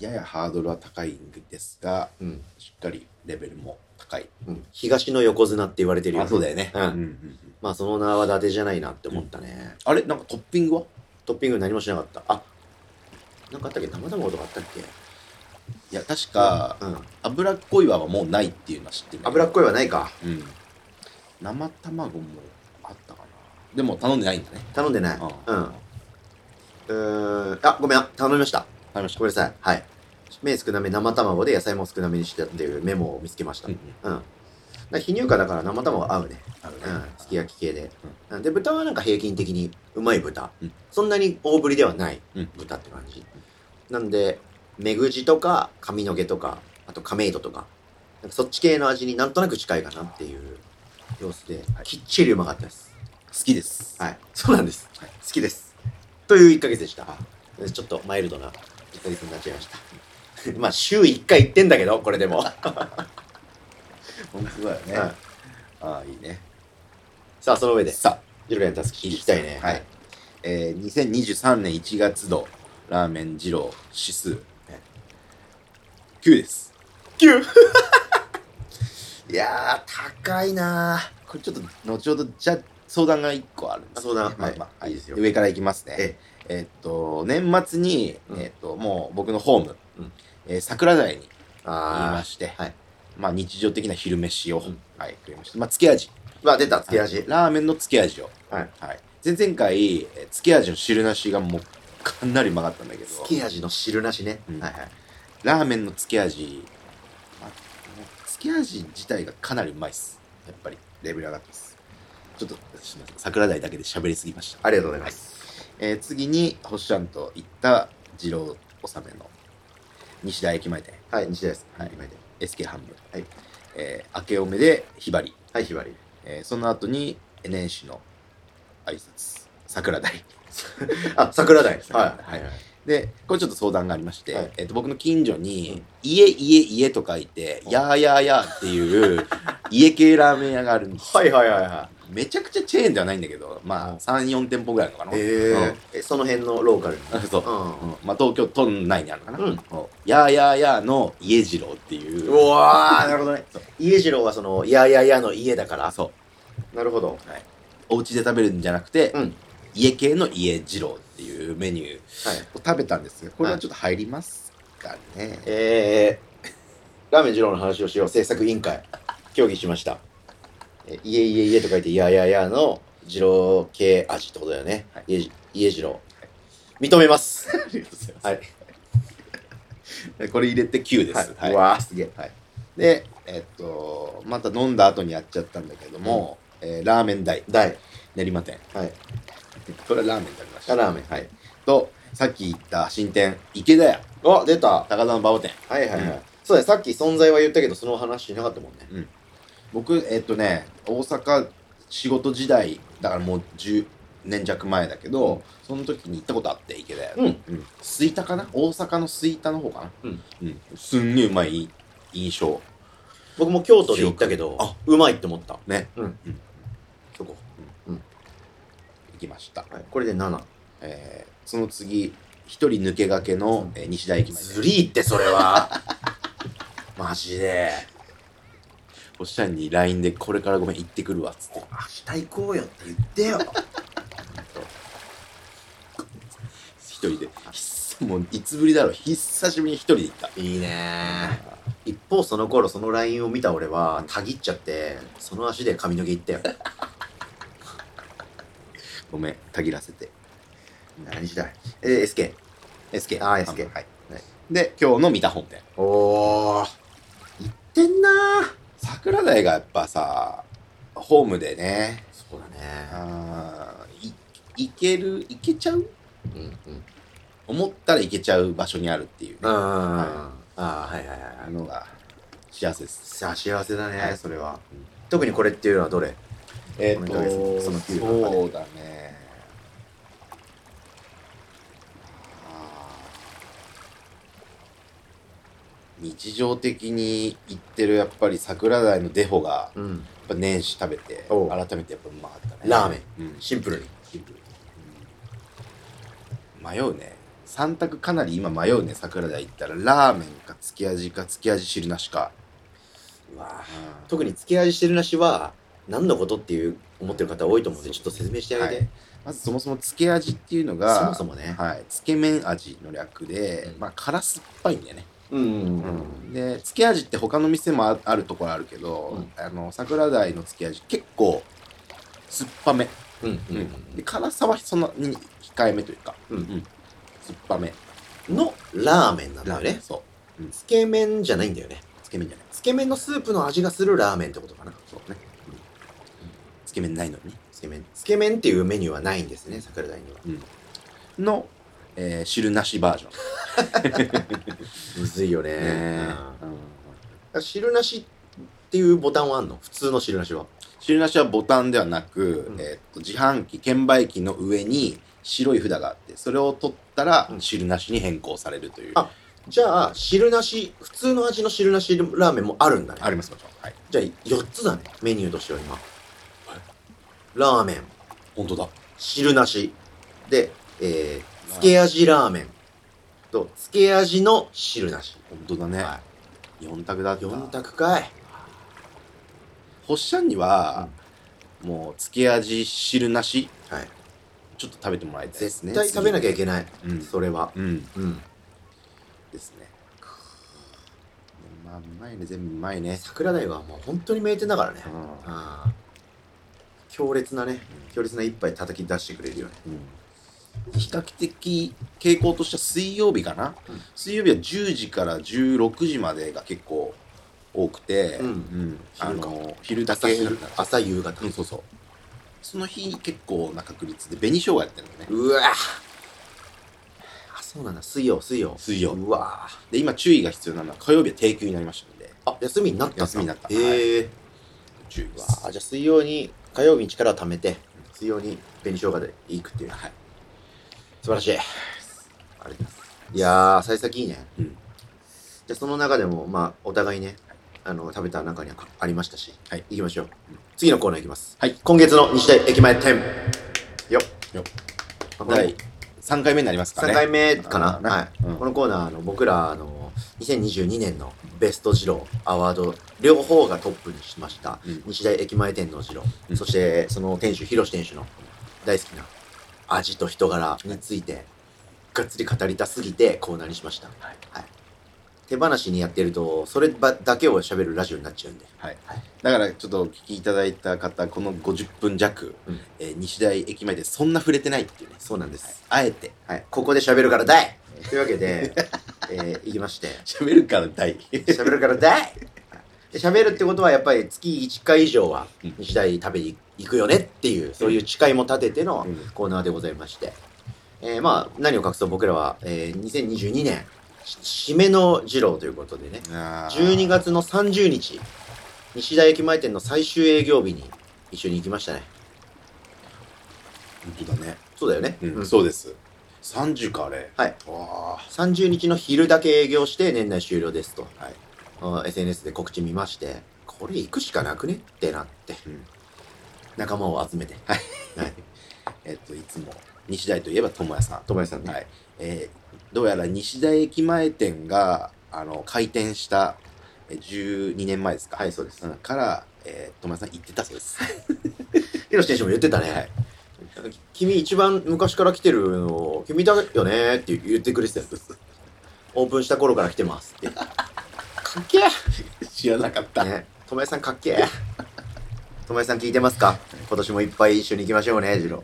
Speaker 2: ややハードルは高いんですが、
Speaker 1: うん。
Speaker 2: しっかりレベルも高い。
Speaker 1: うん東の横綱って言われてるよ、
Speaker 2: あ、そうだよね。
Speaker 1: うん
Speaker 2: うんうん
Speaker 1: まあその名は伊達じゃないなって思ったね、
Speaker 2: あれなんかトッピングは
Speaker 1: トッピング何もしなかったあなんかあったっけ生卵とかあったっけ
Speaker 2: いや、確か、
Speaker 1: うん
Speaker 2: 脂っこいはもうないっていうのは知ってる。
Speaker 1: 脂っこいはないか
Speaker 2: うん。生卵もあったかな。でも頼んでないんだね。
Speaker 1: 頼んでない
Speaker 2: うん
Speaker 1: うんうーんあごめん頼みました
Speaker 2: 頼みました。
Speaker 1: ごめんなさいはい麺少なめ生卵で野菜も少なめにしてっていうメモを見つけました
Speaker 2: う
Speaker 1: うんん、だから非乳化だから生卵は合うね
Speaker 2: あるね
Speaker 1: うんすき焼き系で、うんで豚はなんか平均的にうまい豚、
Speaker 2: うん
Speaker 1: そんなに大ぶりではない
Speaker 2: うん
Speaker 1: 豚って感じ、なんで目ぐじとか髪の毛とかあと亀戸とかなんかそっち系の味になんとなく近いかなっていう様子で、
Speaker 2: はい
Speaker 1: きっちりうまかったです
Speaker 2: 好きです。
Speaker 1: はいそうなんです、
Speaker 2: はい
Speaker 1: 好きですという1ヶ月でしたちょっとマイルドな1ヶ月になっちゃいましたまあ週1回行ってんだけどこれでも、
Speaker 2: 本当だよね。
Speaker 1: うん
Speaker 2: ああ、いいね。
Speaker 1: さあその上で
Speaker 2: さあ、
Speaker 1: ジルガンのタスキ聞きたいね
Speaker 2: はい。えー、2023年1月度、ラーメン二郎指数。9です。 [laughs]
Speaker 1: 9いやー高いなー
Speaker 2: これちょっと、後ほど、じゃ、相談が1個あるんですけど、
Speaker 1: あ相談
Speaker 2: まあ
Speaker 1: はい
Speaker 2: まあ、
Speaker 1: いい
Speaker 2: いい
Speaker 1: で
Speaker 2: ですす
Speaker 1: よ
Speaker 2: よ。上からいきますね。
Speaker 1: え
Speaker 2: えっと、年末に、
Speaker 1: うん
Speaker 2: えっと、もう僕のホーム、
Speaker 1: うん
Speaker 2: えー桜台に行きま
Speaker 1: あ
Speaker 2: して、
Speaker 1: はい
Speaker 2: まあ日常的な昼飯を、
Speaker 1: ん
Speaker 2: はい、食いました。まあ、つけ味。
Speaker 1: ーわ出たつけ味、
Speaker 2: はいラーメンのつけ味を。
Speaker 1: はい。
Speaker 2: はい。前々回、えーつけ味の汁なしがもうかなりうまかったんだけど、
Speaker 1: つけ味の汁なしね、
Speaker 2: うん
Speaker 1: はいはい
Speaker 2: ラーメンのつけ味、まあ、もうつけ味自体がかなりうまいっす。やっぱり、レベル上がってます。ちょっと、すみません。桜台だけで喋りすぎました。
Speaker 1: ありがとうございます、
Speaker 2: えー次に、星ちゃんと行った二郎納めの西田駅前店、
Speaker 1: はい日大です
Speaker 2: はい
Speaker 1: 今で
Speaker 2: SK 半分、
Speaker 1: はい
Speaker 2: えー明けおめでひばり、
Speaker 1: はいひばり
Speaker 2: えーその後に年始の挨拶桜台
Speaker 1: あ桜台
Speaker 2: 桜台
Speaker 1: はい
Speaker 2: でこれちょっと相談がありまして、
Speaker 1: はい
Speaker 2: えー、と僕の近所
Speaker 1: う
Speaker 2: に
Speaker 1: ん
Speaker 2: 「家家家」と書いて「やーやーやー」っていう家系ラーメン屋があるんですよ
Speaker 1: はいはいはいは
Speaker 2: めちゃくちゃチェーンではないんだけどまあ34店舗ぐらいあるのかな、
Speaker 1: いえーえその辺のローカルに
Speaker 2: うんそ
Speaker 1: う
Speaker 2: ううんまあ、東京都内にあるのかな、
Speaker 1: うん
Speaker 2: やーやーやーの家次郎ってい
Speaker 1: ん
Speaker 2: う
Speaker 1: うわーなるほどね家次郎はそのいやいやいやの家だか
Speaker 2: あ
Speaker 1: ら
Speaker 2: そう
Speaker 1: なるほど
Speaker 2: お家で食べるんじゃなくて、
Speaker 1: うん
Speaker 2: 家系の家次郎っていうメニュー
Speaker 1: はい
Speaker 2: を食べたんですがこれはちょっと入りますかね、
Speaker 1: えー、ラーメン二郎の話をしよう制作委員会協議しました。えーいえいえいえと書いて、いやいやいやの、二郎系味ってことだよね。
Speaker 2: はい
Speaker 1: 家じ家次郎。認めます。
Speaker 2: ありがとうございます。はい。これ入れて9です。
Speaker 1: はい。うわーすげえ。
Speaker 2: はい、で、えっと、また飲んだ後にやっちゃったんだけども、えーラーメン大、
Speaker 1: 大。
Speaker 2: 練馬店。
Speaker 1: はい。
Speaker 2: これはラーメンになりました。
Speaker 1: あラーメン
Speaker 2: はい。と、さっき言った新店、池田屋、
Speaker 1: あ、出た。は
Speaker 2: 高田の馬場店。
Speaker 1: いはいはい。
Speaker 2: うん
Speaker 1: そうだね、さっき存在は言ったけど、その話しなかったもんね。
Speaker 2: 僕、えっとね、大阪仕事時代、だからもう10年弱前だけど、その時に行ったことあって、池田屋。
Speaker 1: うん。
Speaker 2: うん、スイタかな大阪のスイタの方かな
Speaker 1: うん、
Speaker 2: うん、すんげえうまい印象
Speaker 1: 僕も京都で行ったけど、
Speaker 2: あ
Speaker 1: うまいって思った。
Speaker 2: ね
Speaker 1: うん。
Speaker 2: うん
Speaker 1: そこ。
Speaker 2: 行きました、
Speaker 1: はい。これで7。
Speaker 2: えーその次一人抜けがけの、えー西大駅前
Speaker 1: ずりーって、それ
Speaker 2: [laughs]
Speaker 1: は。マジで。
Speaker 2: おっしゃんに LINE で「これからごめん行ってくるわ」っつって
Speaker 1: 明日行こうよって言ってよ。
Speaker 2: 一人でひっそもういつぶりだろう久しぶりに一人で行った
Speaker 1: いいねー一方その頃その LINE を見た俺はたぎっちゃってその足で髪の毛いったよ
Speaker 2: ごめんたぎらせて
Speaker 1: 何時代えー、SK
Speaker 2: SK
Speaker 1: あー SK
Speaker 2: はい
Speaker 1: はい
Speaker 2: で今日の三田本店
Speaker 1: おー行ってんなー
Speaker 2: 桜台がやっぱさホームでね
Speaker 1: そうだね
Speaker 2: あーい行ける行けちゃ
Speaker 1: う
Speaker 2: う
Speaker 1: んうん
Speaker 2: 思ったら行けちゃう場所にあるっていうね、
Speaker 1: あーあーはいはいはい
Speaker 2: あのが幸せです。
Speaker 1: さあ幸せだね、
Speaker 2: はい
Speaker 1: それは、
Speaker 2: うん
Speaker 1: 特にこれっていうのはどれ
Speaker 2: えっ、
Speaker 1: お
Speaker 2: と
Speaker 1: 願いしますその給料の中で
Speaker 2: そうだね。あー日常的に行ってるやっぱり桜台のデホが
Speaker 1: うん
Speaker 2: やっぱ年始食べて改
Speaker 1: おう
Speaker 2: めてやっぱうまかったね
Speaker 1: ラーメ
Speaker 2: ン、うん
Speaker 1: シンプルに
Speaker 2: シンプルうん迷うね3択かなり今迷うね桜台行ったらラーメンかつけ味かつけ味汁なしか、
Speaker 1: うわー
Speaker 2: うん
Speaker 1: 特に付け味してるなしは何のことっていう思ってる方多いと思うんでちょっと説明してあげて、
Speaker 2: はいまずそもそもつけ味っていうのが
Speaker 1: そもそもね、
Speaker 2: はい、つけ麺味の略で、
Speaker 1: うん
Speaker 2: まあ辛酸っぱいんだよね、
Speaker 1: うんうんうん
Speaker 2: でつけ味って他の店もああるところあるけど、あの桜台のつけ味結構酸っぱめ、
Speaker 1: うんうんうん
Speaker 2: で辛さはそんなに控えめというか、
Speaker 1: うん
Speaker 2: 酸っぱめ
Speaker 1: のラーメンなんだよね。
Speaker 2: そう
Speaker 1: つけ麺じゃないんだよね。
Speaker 2: つけ麺じゃない
Speaker 1: つけ麺のスープの味がするラーメンってことかな。
Speaker 2: そうね、うんつけ麺ないのにね
Speaker 1: つけ麺。つけ麺っていうメニューはないんですね、桜台には。
Speaker 2: の、えー汁なしバージョン
Speaker 1: むずいよ
Speaker 2: ねえ
Speaker 1: ね。うん汁なしっていうボタンはあんの普通の汁なしは。
Speaker 2: 汁なしはボタンではなく、
Speaker 1: うん
Speaker 2: えーっと自販機券売機の上に白い札があってそれを取ったら
Speaker 1: うん
Speaker 2: 汁なしに変更されるという、
Speaker 1: あじゃあ、汁なし、普通の味の汁なしラーメンもあるんだね。
Speaker 2: ありますもちろんはい
Speaker 1: じゃあ、4つだね、メニューとしては今。ラーメン、
Speaker 2: 本当だ
Speaker 1: 汁なし。で、えー、つけ味ラーメンと、つけ味の汁なし。
Speaker 2: 本当だね、
Speaker 1: は
Speaker 2: 四4択だった
Speaker 1: 4択かい。
Speaker 2: ほっしゃんには、もうつけ味汁なし
Speaker 1: はい。
Speaker 2: ちょっと食べてもらいたいですね
Speaker 1: 絶対食べなきゃい
Speaker 2: な
Speaker 1: けない。
Speaker 2: いうん、
Speaker 1: それは。
Speaker 2: うん、
Speaker 1: うん。
Speaker 2: ですねまあうまいね全部うまいね、
Speaker 1: 桜台はもう本当に名店だからね
Speaker 2: う。ん
Speaker 1: ああ。強烈なね、強烈な一杯叩き出してくれるよね。
Speaker 2: うん比較的傾向としては水曜日かな、
Speaker 1: うん
Speaker 2: 水曜日は10時から16時までが結構多くて、
Speaker 1: うん
Speaker 2: あ
Speaker 1: 昼か
Speaker 2: の昼だ
Speaker 1: 朝
Speaker 2: け
Speaker 1: 昼、朝夕方
Speaker 2: う。んそうそうその日結構な確率で紅生姜やってるのね
Speaker 1: うわぁあ、そうなんだ。水曜、水曜。
Speaker 2: 水曜
Speaker 1: うわぁ
Speaker 2: で今注意が必要なのは火曜日は定休になりましたので
Speaker 1: あ、休みになったんだ
Speaker 2: 休みになった
Speaker 1: へえ。
Speaker 2: 注意
Speaker 1: うわ
Speaker 2: は
Speaker 1: ぁじゃあ水曜に、火曜日に力を貯めて、水曜に紅生姜で行くっていう。
Speaker 2: はい
Speaker 1: 素晴らしい。ありがとうございます。いやー、幸先いいね。
Speaker 2: うん
Speaker 1: じゃあその中でも、まあ、お互いね、あの、食べた中にはありましたし、
Speaker 2: はい
Speaker 1: 行きましょう。
Speaker 2: うん
Speaker 1: 次のコーナー行きます。
Speaker 2: はい
Speaker 1: 今月の日大駅前店。よっ。
Speaker 2: よっ
Speaker 1: まあこの
Speaker 2: 第3回目になりますかね
Speaker 1: 3回目かな、
Speaker 2: ね
Speaker 1: はい、
Speaker 2: うん
Speaker 1: このコーナーあの僕らあの2022年のベスト二郎アワード両方がトップにしました、
Speaker 2: うん
Speaker 1: 日大駅前店の二郎、
Speaker 2: うん
Speaker 1: そしてその店主広志店主の大好きな味と人柄についてがっつり語りたすぎてコーナーにしました、はい
Speaker 2: い
Speaker 1: 手放しにやってると、そればだけを喋るラジオになっちゃうんで。
Speaker 2: はい、だからちょっとお聞きいただいた方この50分弱、
Speaker 1: うん
Speaker 2: えー西大駅前でそんな触れてないっていうね
Speaker 1: そうなんです。
Speaker 2: あえて [laughs]
Speaker 1: はい。ここで喋るからだいというわけで、 [laughs] えー、いきまして、
Speaker 2: 喋るから大
Speaker 1: 喋るからだいで喋るってことはやっぱり月1回以上は
Speaker 2: うん
Speaker 1: 西大食べに行くよねっていう、そういう誓いも立てての
Speaker 2: うん
Speaker 1: コーナーでございまして。えーまあ、何を隠そう僕らは、えー2022年、し締めの二郎ということでね、12
Speaker 2: 12
Speaker 1: 月の30日、西大駅前店の最終営業日に一緒に行きましたね。
Speaker 2: 本当だね、
Speaker 1: そうだよね。
Speaker 2: うん
Speaker 1: うん
Speaker 2: そうです30かあれ
Speaker 1: はい
Speaker 2: わあ
Speaker 1: 30日の昼だけ営業して年内終了ですと、
Speaker 2: はい
Speaker 1: あ SNS で告知見ましてこれ行くしかなくねってなって、
Speaker 2: うん
Speaker 1: 仲間を集めて
Speaker 2: えっといつも西大といえば友也さん
Speaker 1: 友也さんね、
Speaker 2: はいえーどうやら西大駅前店があの開店したえー12年前ですか
Speaker 1: はいそうです
Speaker 2: んから、えー、友也さん行ってたそうです
Speaker 1: [laughs] ヒロシ選手も言ってたね、
Speaker 2: はい
Speaker 1: 君一番昔から来てるの君だよねって言ってくれてたよオープンした頃から来てますってかっけ
Speaker 2: [laughs] 知らなかった、
Speaker 1: え、ね、友也さんかっけえ友也さん聞いてますか今年もいっぱい一緒に行きましょうねジロ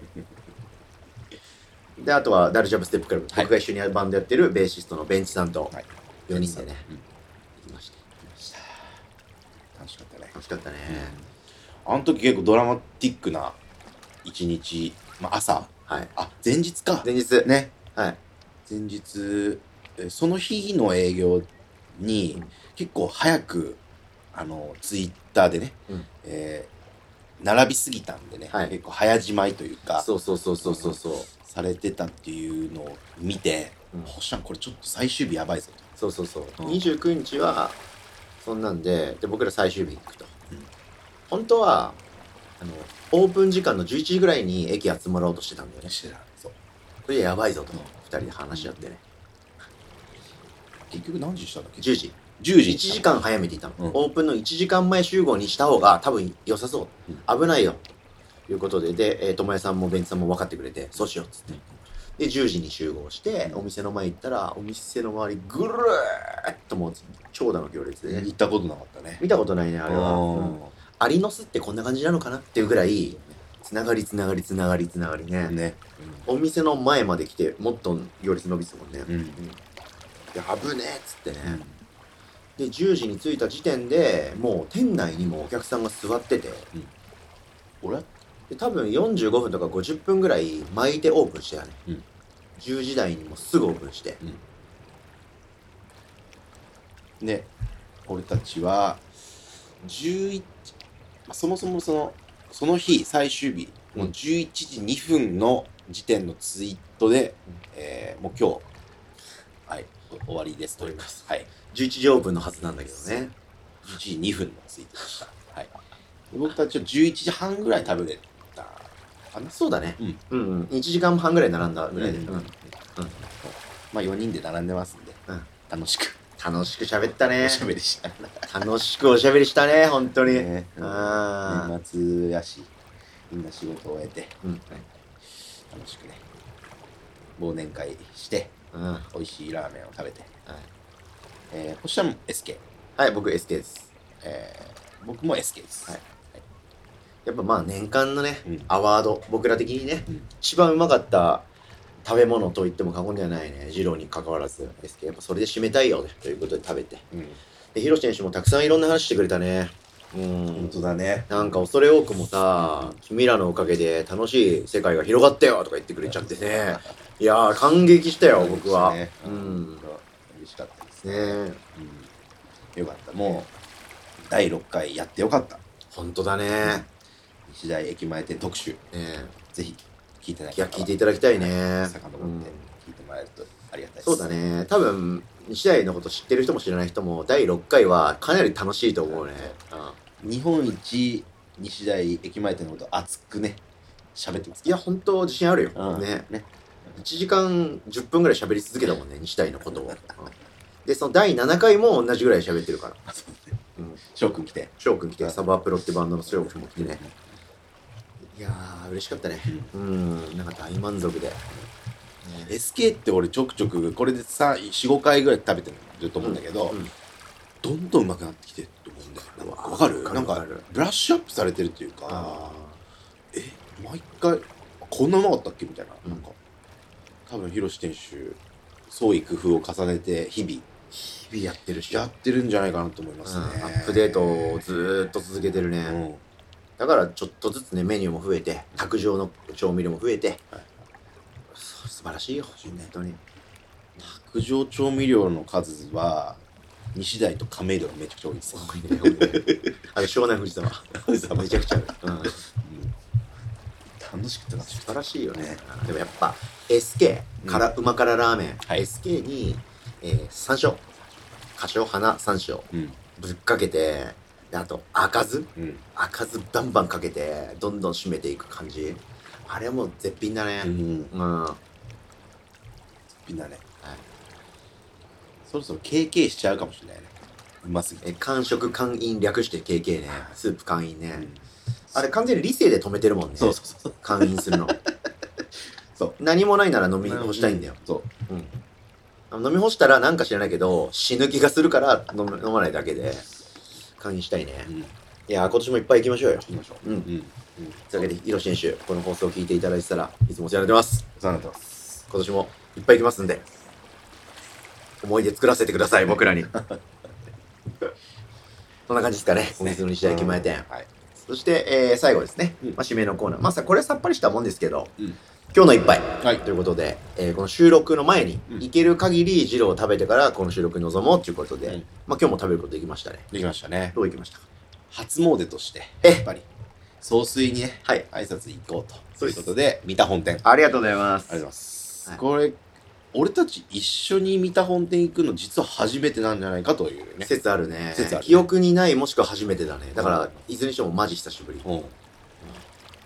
Speaker 1: ーであとはダルジャブステップクラブ、
Speaker 2: はい
Speaker 1: 僕が一緒にバンドやってるベーシストのベンチさんと
Speaker 2: はい
Speaker 1: 4人でね、
Speaker 2: うん
Speaker 1: 行きました
Speaker 2: 楽しかったね
Speaker 1: 楽しかったね、
Speaker 2: あの時結構ドラマティックな一日、まあ、朝
Speaker 1: はい
Speaker 2: あ前日か
Speaker 1: 前日
Speaker 2: ね
Speaker 1: はい
Speaker 2: 前日えその日の営業に、
Speaker 1: うん
Speaker 2: 結構早くあのツイッターでね、
Speaker 1: うん
Speaker 2: えー並びすぎたんでね、
Speaker 1: はい
Speaker 2: 結構早じまいというか
Speaker 1: そうそうそうそうそうそう
Speaker 2: されてたっていうのを見て、
Speaker 1: うん
Speaker 2: 星さんこれちょっと最終日やばいぞと
Speaker 1: そうそうそう、
Speaker 2: うん
Speaker 1: 29日はそんなんでで僕ら最終日行くと、
Speaker 2: うん
Speaker 1: 本当はあのオープン時間の11時ぐらいに駅集まろうとしてたんだよね
Speaker 2: してたそう
Speaker 1: これやばいぞと、
Speaker 2: うん
Speaker 1: 二人で話し合ってね
Speaker 2: 結局何時にしたんだっけ
Speaker 1: 10時
Speaker 2: 10時
Speaker 1: 1
Speaker 2: にした
Speaker 1: 時間早めていたの、
Speaker 2: うん
Speaker 1: オープンの1時間前集合にした方が多分良さそう、危ないよということでで、えー、友也さんもベンチさんも分かってくれてそうしようっつってで10時に集合して、
Speaker 2: うん
Speaker 1: お店の前行ったらお店の周りぐるーっともう長蛇の行列でね、
Speaker 2: 行ったことなかったね
Speaker 1: 見たことないねあれは、
Speaker 2: うん
Speaker 1: うんアリの巣ってこんな感じなのかなっていうぐらいつながりつながりつながりつながりね、
Speaker 2: ね、
Speaker 1: お店の前まで来てもっと行列伸びてたもんね、
Speaker 2: うんうん
Speaker 1: で危ねえっつってね、で10時に着いた時点でもう店内にもお客さんが座ってて
Speaker 2: 俺は
Speaker 1: で多分45分とか50分ぐらい巻いてオープンしたよね、
Speaker 2: うん
Speaker 1: 10時台にもすぐオープンして
Speaker 2: で俺たちは11まあそもそもそのその日最終日
Speaker 1: うん
Speaker 2: の11時2分の時点のツイートで、
Speaker 1: うん
Speaker 2: えーもう今日はいお終わりですと言いますはい
Speaker 1: 11時オープンのはずなんだけどね
Speaker 2: 11時2分のツイートでした、はい、で僕たちは11時半ぐらい食べれたかな
Speaker 1: そうだね、
Speaker 2: うん
Speaker 1: うんうん1時間半ぐらい並んだぐらいで、
Speaker 2: うん
Speaker 1: うん
Speaker 2: まあ4人で並んでますんで、
Speaker 1: うん
Speaker 2: 楽しく
Speaker 1: 楽しく喋ったね
Speaker 2: おしゃべりしながら
Speaker 1: 楽しくおしゃべりしたね本当に、
Speaker 2: ね
Speaker 1: あ
Speaker 2: 年末やしみんな仕事を終えて、
Speaker 1: うん
Speaker 2: はい楽しくね忘年会して
Speaker 1: うんは
Speaker 2: 美味しいラーメンを食べて、
Speaker 1: い、
Speaker 2: えー、星ちゃんも SK、
Speaker 1: はい、僕 SK です
Speaker 2: えー、僕も SK です、
Speaker 1: はいやっぱまあ年間のね、
Speaker 2: うん
Speaker 1: アワード僕ら的にね、
Speaker 2: うん
Speaker 1: 一番うまかった食べ物と言っても過言ではないね二郎に関わらず SK やっぱそれで締めたいよということで食べて
Speaker 2: うん、
Speaker 1: でヒロシ選手もたくさんいろんな話してくれたねうん
Speaker 2: 当だね
Speaker 1: なんか恐れ多くもさ君らのおかげで楽しい世界が広がったよとか言ってくれちゃってねいやー感激したよ僕は
Speaker 2: 嬉しいね
Speaker 1: う
Speaker 2: うん
Speaker 1: んね
Speaker 2: 嬉しかったですね、
Speaker 1: え
Speaker 2: うん、よかったもう第6回やってよかった
Speaker 1: 本当だね
Speaker 2: 西大駅前店特集
Speaker 1: ねえ
Speaker 2: ぜひ聞いてない
Speaker 1: い
Speaker 2: 方
Speaker 1: や
Speaker 2: は
Speaker 1: 聞いていただきたいね、
Speaker 2: 遡って
Speaker 1: うん
Speaker 2: 聞いてもらえるとありがたいです、
Speaker 1: そうだね多分西大のこと知ってる人も知らない人も第6回はかなり楽しいと思うね、うん
Speaker 2: 日本一西大駅前店のこと熱くね喋ってます
Speaker 1: いや本当自信あるよ、
Speaker 2: うん
Speaker 1: ね
Speaker 2: ね
Speaker 1: 1時間10分ぐらい喋り続けたもんね西大のことを、うんでその第7回も同じぐらい喋ってるからうん
Speaker 2: 翔くん来て
Speaker 1: 翔くん来てサバープロってバンドの翔くんも来てねいやー嬉しかったねうんなんか大満足で、ね
Speaker 2: SK って俺ちょくちょくこれで45回ぐらい食べてると思うんだけど、
Speaker 1: うん
Speaker 2: どんどんうまくなってきてると思うんだよなんかわかる
Speaker 1: わかる
Speaker 2: なん
Speaker 1: わ
Speaker 2: か
Speaker 1: かる
Speaker 2: ブラッシュアップされてるっていうかえ毎回こんなうまかったっけみたいな,、
Speaker 1: うん
Speaker 2: なんか多分広志店主創意工夫を重ねて日々
Speaker 1: 日々やってるし、
Speaker 2: やってるんじゃないかなと思いますね、
Speaker 1: うんアップデートをずーっと続けてるね、
Speaker 2: うん
Speaker 1: だからちょっとずつねメニューも増えて卓上の調味料も増えて、
Speaker 2: はい
Speaker 1: そう素晴らしいよ本当に
Speaker 2: 卓上調味料の数は西大と亀戸がめちゃくちゃ多いです
Speaker 1: 多いね多いねあれ湘南藤
Speaker 2: [laughs]
Speaker 1: 沢めちゃくちゃある、うん、
Speaker 2: 楽しくて楽し
Speaker 1: 素
Speaker 2: くて
Speaker 1: 晴らしいよね
Speaker 2: ね
Speaker 1: でもやっぱ SK
Speaker 2: うん
Speaker 1: から、うま辛ラーメン、
Speaker 2: はい
Speaker 1: SK に、えー、山椒花椒花山椒
Speaker 2: うん
Speaker 1: ぶっかけてであと赤酢
Speaker 2: うん
Speaker 1: 赤酢バンバンかけてどんどん締めていく感じあれもう絶品だ
Speaker 2: う
Speaker 1: ね
Speaker 2: ん
Speaker 1: うん、
Speaker 2: みんなね、そろそろ KK しちゃうかもしれないねうますぎて、
Speaker 1: え完食完飲略して KK ねスープ完飲ね、
Speaker 2: うん
Speaker 1: あれ完全に理性で止めてるもんね
Speaker 2: そうそうそう
Speaker 1: 完飲
Speaker 2: [laughs]
Speaker 1: するの
Speaker 2: そう
Speaker 1: 何もないなら飲み干したいんだよ、
Speaker 2: そう
Speaker 1: うん、飲み干したらなんか知らないけど死ぬ気がするから飲む飲まないだけで完飲したいね
Speaker 2: うん行
Speaker 1: いやー今年もいっぱい行きましょうよ
Speaker 2: きましょう
Speaker 1: うん
Speaker 2: うんうん
Speaker 1: というわけで、ヒロシ選手、この放送を聞いていただいてたら、いつもお世話になってます。
Speaker 2: そうなってます
Speaker 1: 今年もいっぱい行きますんで、思い出作らせてください、僕らに。 [laughs] そんな感じですかね、今月の日大駅前店。
Speaker 2: はい
Speaker 1: そして、えー最後ですね、
Speaker 2: うん
Speaker 1: まあ、締めのコーナー。まあ、さこれさっぱりしたもんですけど、
Speaker 2: うん
Speaker 1: 今日の一杯、
Speaker 2: はい
Speaker 1: ということで、えーこの収録の前に、
Speaker 2: うん
Speaker 1: 行ける限りジローを食べてから、この収録に臨もうということで、
Speaker 2: うん
Speaker 1: まあ、今日も食べることできましたね。
Speaker 2: できましたね
Speaker 1: どういきましたか
Speaker 2: 初詣として
Speaker 1: え
Speaker 2: やっぱり総帥にね
Speaker 1: はい。
Speaker 2: 挨拶行こうと
Speaker 1: そうで
Speaker 2: という
Speaker 1: す
Speaker 2: ことで三田本店
Speaker 1: ありがとうございま
Speaker 2: ありがとうござ
Speaker 1: す。
Speaker 2: います。
Speaker 1: はい
Speaker 2: これ、俺たち一緒に三田本店行くの実は初めてなんじゃないかというね。
Speaker 1: 説あるね。
Speaker 2: 説あるね
Speaker 1: 記憶にない、もしくは初めてだね。だか
Speaker 2: う
Speaker 1: ら
Speaker 2: ん、
Speaker 1: いずれにしてもマジ久しぶり。
Speaker 2: うん。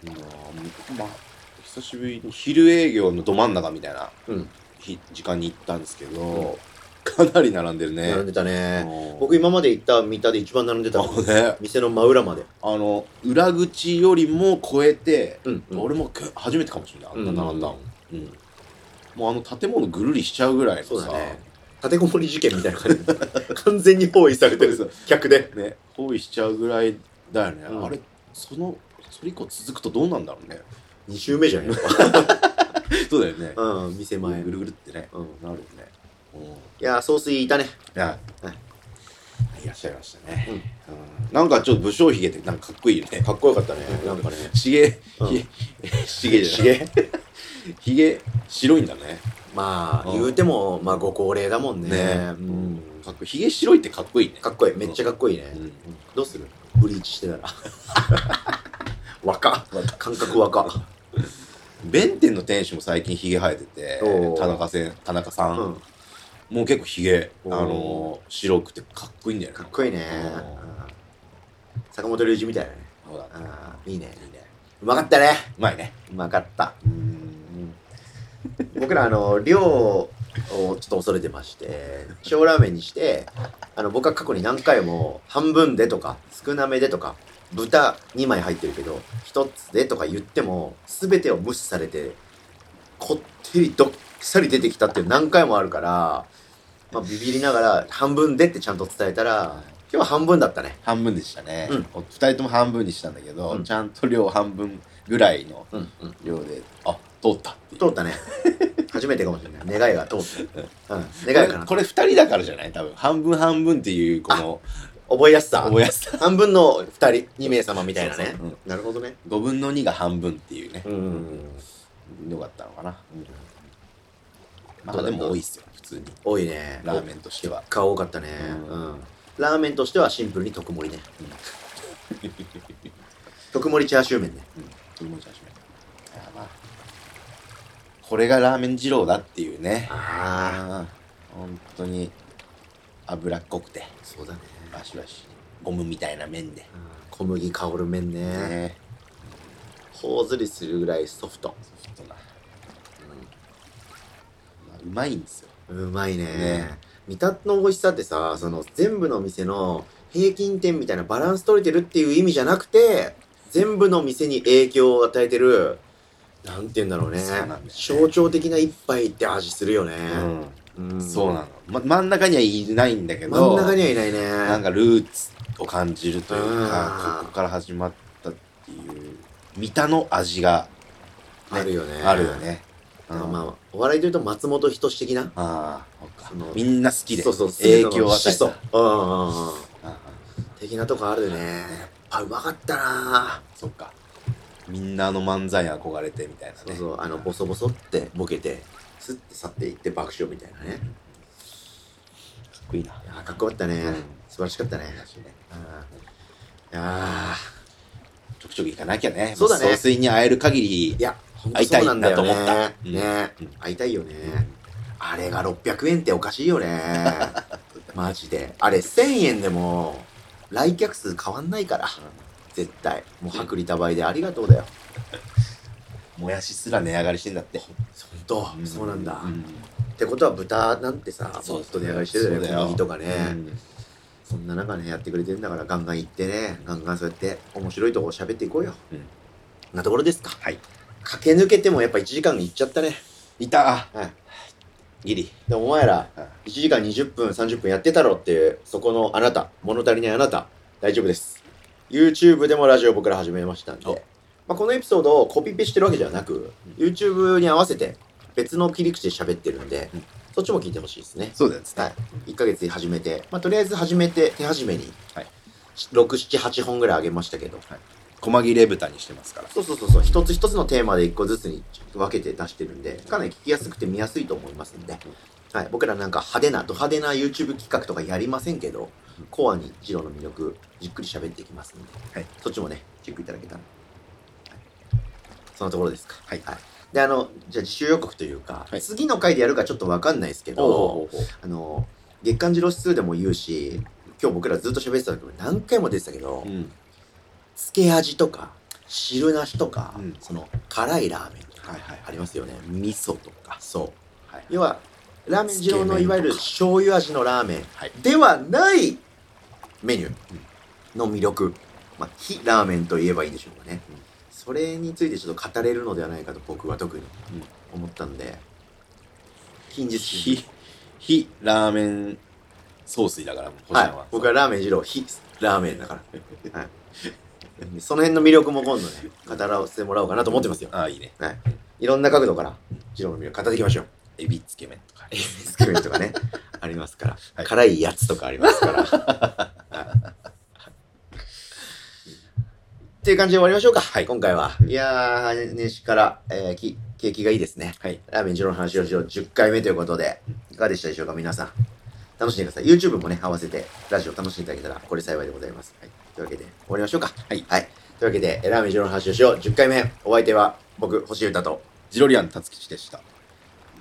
Speaker 2: うんまあ、久しぶりに昼営業のど真ん中みたいな
Speaker 1: うん。
Speaker 2: 日時間に行ったんですけど、かなり並んでるね
Speaker 1: 並ん。でたね。
Speaker 2: うん
Speaker 1: 僕今まで行った三田で一番並んでた
Speaker 2: あ
Speaker 1: もん
Speaker 2: のね、
Speaker 1: 店の真裏まで。
Speaker 2: あの、裏口よりも超えて、
Speaker 1: うんうん
Speaker 2: 俺もけ初めてかもしれない。あんな並んだの
Speaker 1: うん
Speaker 2: うん。もうあの建物ぐるりしちゃうぐらいのさ。
Speaker 1: そうだね。立てこもり事件みたいな感じ。 [laughs] 完全に包囲されて
Speaker 2: そう
Speaker 1: る。客で。
Speaker 2: ね包囲しちゃうぐらいだよね、
Speaker 1: うん
Speaker 2: あれそのそれ以降続くとどうなんだろ
Speaker 1: [laughs]
Speaker 2: うね
Speaker 1: 2周目じゃん。やっ
Speaker 2: そうだよね
Speaker 1: ぱ
Speaker 2: [laughs]
Speaker 1: うん、店前。
Speaker 2: ぐ
Speaker 1: い
Speaker 2: るぐるってね、
Speaker 1: うん
Speaker 2: なるよねうんい
Speaker 1: やー、総帥いたね。
Speaker 2: や、
Speaker 1: はい
Speaker 2: い、らっしゃいましたね、うんなんかちょっと武将髭ってなんかかっこいいよね
Speaker 1: かっこよかったね。なんかね。
Speaker 2: ひげ
Speaker 1: うん
Speaker 2: ひげひげじゃない
Speaker 1: げ
Speaker 2: ひげ白いんだね
Speaker 1: まあ、
Speaker 2: うん
Speaker 1: 言うても、まあ、ご高齢だもんね。
Speaker 2: ね
Speaker 1: うん。
Speaker 2: かっこいいひげ白いってかっこいいね
Speaker 1: かっこいい。めっちゃかっこいいね。
Speaker 2: うん
Speaker 1: どうするブリーチしてたら。若
Speaker 2: 若
Speaker 1: 感覚若。
Speaker 2: 弁天の店主も最近ひげ生えてて
Speaker 1: おー
Speaker 2: 田中せん田中さ、
Speaker 1: うんん。
Speaker 2: もう結構ひげあ
Speaker 1: おー
Speaker 2: のー白くてかっこいいんだよね
Speaker 1: かっこいいね。うん坂本龍一みたいなね。
Speaker 2: そうだね
Speaker 1: うんいいね。うまかったね。
Speaker 2: うまいね
Speaker 1: うまかった。
Speaker 2: うん
Speaker 1: 僕ら、あの、量をちょっと恐れてまして、小ラーメンにして、あの、僕は過去に何回も、半分でとか、少なめでとか、豚2枚入ってるけど、1つでとか言っても、すべてを無視されて、こってりどっさり出てきたっていう何回もあるから、まあ、ビビりながら、半分でってちゃんと伝えたら、今日は半分だったね。
Speaker 2: 半分でしたね、
Speaker 1: うん
Speaker 2: お二人とも半分にしたんだけど、
Speaker 1: うん
Speaker 2: ちゃんと量半分ぐらいの
Speaker 1: うんうん。
Speaker 2: 量であ通ったっていう
Speaker 1: 通ったね。初めてかもしれない。願いが通った。うん。願いかな。
Speaker 2: これこれ二人だからじゃない多分半分半分っていうこの
Speaker 1: 覚えやすさ。
Speaker 2: 覚えやすさ
Speaker 1: 半分の2人、2名様みたいな
Speaker 2: そう
Speaker 1: ね
Speaker 2: そううん。
Speaker 1: なるほどね。
Speaker 2: 5分の2が半分っていうね、
Speaker 1: うん。
Speaker 2: よかったのかな、うんま
Speaker 1: ど
Speaker 2: あ
Speaker 1: うだ
Speaker 2: でも多いっすよ普通に
Speaker 1: 多いね。
Speaker 2: ラーメンとしては
Speaker 1: が多かったね。う。
Speaker 2: うん
Speaker 1: ラーメンとしてはシンプルに特盛りね。特盛りチャーシュー麺ね。
Speaker 2: うんそういうもんじゃんしないいやまあこれがラーメン二郎だっていうね
Speaker 1: ああ、
Speaker 2: ああ本当に脂っこくて
Speaker 1: そうだね。
Speaker 2: バシバシゴムみたいな麺で
Speaker 1: うん小麦香る麺ね。
Speaker 2: ね
Speaker 1: 頬ずりするぐらいソフト。
Speaker 2: ちょっとな、まあ、うまいんですよ
Speaker 1: うまいね
Speaker 2: ね
Speaker 1: 三田の美味しさってさその全部の店の平均点みたいなバランス取れてるっていう意味じゃなくて全部の店に影響を与えてるなんて言うんだろうね。
Speaker 2: そうなんだよね
Speaker 1: 象徴的な一杯って味するよね。う
Speaker 2: うんん、そうなの、ま、真ん中にはいないんだけ
Speaker 1: 真ん
Speaker 2: ど
Speaker 1: 中にはいないね。
Speaker 2: なんかルーツを感じるというか、
Speaker 1: うん
Speaker 2: ここから始まったっていう三田の味が
Speaker 1: あるよね。
Speaker 2: あるよ。ね、う
Speaker 1: ま
Speaker 2: ん、あ
Speaker 1: あ、お笑いというと松本人志的な。
Speaker 2: あそっか
Speaker 1: その
Speaker 2: みんな好きで
Speaker 1: そうそう、
Speaker 2: 影響を与え
Speaker 1: そ
Speaker 2: た
Speaker 1: う。うんうんうんうん。
Speaker 2: うんうん
Speaker 1: 的なとこあるよね。あ、うまかったな
Speaker 2: そっかみんなあの漫才に憧れてみたいなね
Speaker 1: そうそう、あの、ボソボソってボケて、スッて去っていって爆笑みたいなね。
Speaker 2: かっこいいない
Speaker 1: やーかっこよかったね
Speaker 2: うん。
Speaker 1: 素晴らしかったね。うんいや
Speaker 2: ちょくちょく行かなきゃね
Speaker 1: そうだね
Speaker 2: も総帥に会える
Speaker 1: ー
Speaker 2: 限り
Speaker 1: いや、ほんと
Speaker 2: 会い
Speaker 1: そ
Speaker 2: た
Speaker 1: う
Speaker 2: い
Speaker 1: なんだ
Speaker 2: な
Speaker 1: よ
Speaker 2: と
Speaker 1: ね。
Speaker 2: 思ったうん
Speaker 1: ね
Speaker 2: うん
Speaker 1: 会いたいよね。あれが600円っておかしいよ
Speaker 2: [laughs]
Speaker 1: ね。マジで。あれ1000円でも来客数変わんないから。絶対。もう薄利多売でありがとうだよ。
Speaker 2: もやしすら値上がりしてんだって
Speaker 1: 本当そうなんだ。
Speaker 2: うん
Speaker 1: ってことは豚なんてさ、
Speaker 2: そ
Speaker 1: も
Speaker 2: う
Speaker 1: っと値上がりしてるよ
Speaker 2: そう
Speaker 1: ね、
Speaker 2: だ
Speaker 1: 小
Speaker 2: よ
Speaker 1: 麦とか
Speaker 2: う
Speaker 1: ね。
Speaker 2: ん
Speaker 1: そんな中ね、やってくれてんだから、ガンガン行ってね、ガンガンそうやって面白いとこ喋っていこうよ。
Speaker 2: うん
Speaker 1: なところですか。
Speaker 2: はい
Speaker 1: 駆け抜けてもやっぱ1時間いっちゃったね。
Speaker 2: いた
Speaker 1: はい
Speaker 2: ギリ
Speaker 1: でもお前ら、
Speaker 2: はい
Speaker 1: 1時間20分、30分やってたろっていう、そこのあなた、物足りないあなた、大丈夫です。YouTube でもラジオ僕ら始めましたん
Speaker 2: お
Speaker 1: で、まあ、このエピソードをコピペしてるわけではなく、YouTube に合わせて別の切り口で喋ってるんで、
Speaker 2: うん
Speaker 1: そっちも聞いてほしいですね。
Speaker 2: そうだよ
Speaker 1: はい1ヶ月で始めて、まあ、とりあえず始めて、手始めに、
Speaker 2: はい
Speaker 1: 6、7、8本ぐらい上げましたけど、
Speaker 2: 細切れ豚にしてますから
Speaker 1: そうそうそうそう、一つ一つのテーマで一個ずつに分けて出してるんで、かなり聞きやすくて見やすいと思いますんで、はい、僕らなんか派手な、ド派手な YouTube 企画とかやりませんけど、コアにジローの魅力、じっくり喋っていきますんで、
Speaker 2: はい
Speaker 1: そっちもね、チェックいただけたら。はいそのところですか。
Speaker 2: はい
Speaker 1: で、あの、じゃあ、自主予告というか、
Speaker 2: はい
Speaker 1: 次の回でやるかちょっとわかんないですけど、あの、月間ジロ指数でも言うし、今日僕らずっと喋ってたけど、何回も出てたけど、
Speaker 2: うん
Speaker 1: つけ味とか汁なしとか、
Speaker 2: うん
Speaker 1: その辛いラーメンとか
Speaker 2: はいはい
Speaker 1: ありますよね、
Speaker 2: 味噌とか
Speaker 1: そう
Speaker 2: はい
Speaker 1: 要はラーメン二郎のいわゆる
Speaker 2: つけ麺とか
Speaker 1: 醤油味のラーメン
Speaker 2: はい
Speaker 1: ではないメニューの魅力、まあ、非ラーメンと言えばいいんでしょうかね、
Speaker 2: うん
Speaker 1: それについてちょっと語れるのではないかと僕は特に思ったんで近日
Speaker 2: 非非ラーメン総帥だからもう星野
Speaker 1: はい、僕はラーメン二郎非ラーメンだから、はい、その辺の魅力も今度ね語らせてもらおうかなと思ってますよ
Speaker 2: ああいいね
Speaker 1: はい。いろんな角度から、ジローの身を語っていきましょう。
Speaker 2: エビつけ麺とか
Speaker 1: スクリーンとかね、ありますから、
Speaker 2: はい
Speaker 1: 辛いやつとかあります
Speaker 2: [laughs]
Speaker 1: から。っていう感じで終わりましょうか。はい。今回は。いやー、年始から、えー、き景気がいいですね。
Speaker 2: はい
Speaker 1: ラーメン二郎の話をしよう10回目ということで、いかがでしたでしょうか、皆さん。楽しんでください。YouTube もね、合わせて、ラジオ楽しんでいただけたら、これ幸いでございます。はい。というわけで、終わりましょうか。
Speaker 2: はい
Speaker 1: はい。というわけで、ラーメン二郎の話をしよう10回目。お相手は、僕、星歌と、
Speaker 2: ジロリアン辰吉でした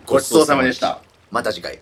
Speaker 1: ごちそうさまでした。また次回。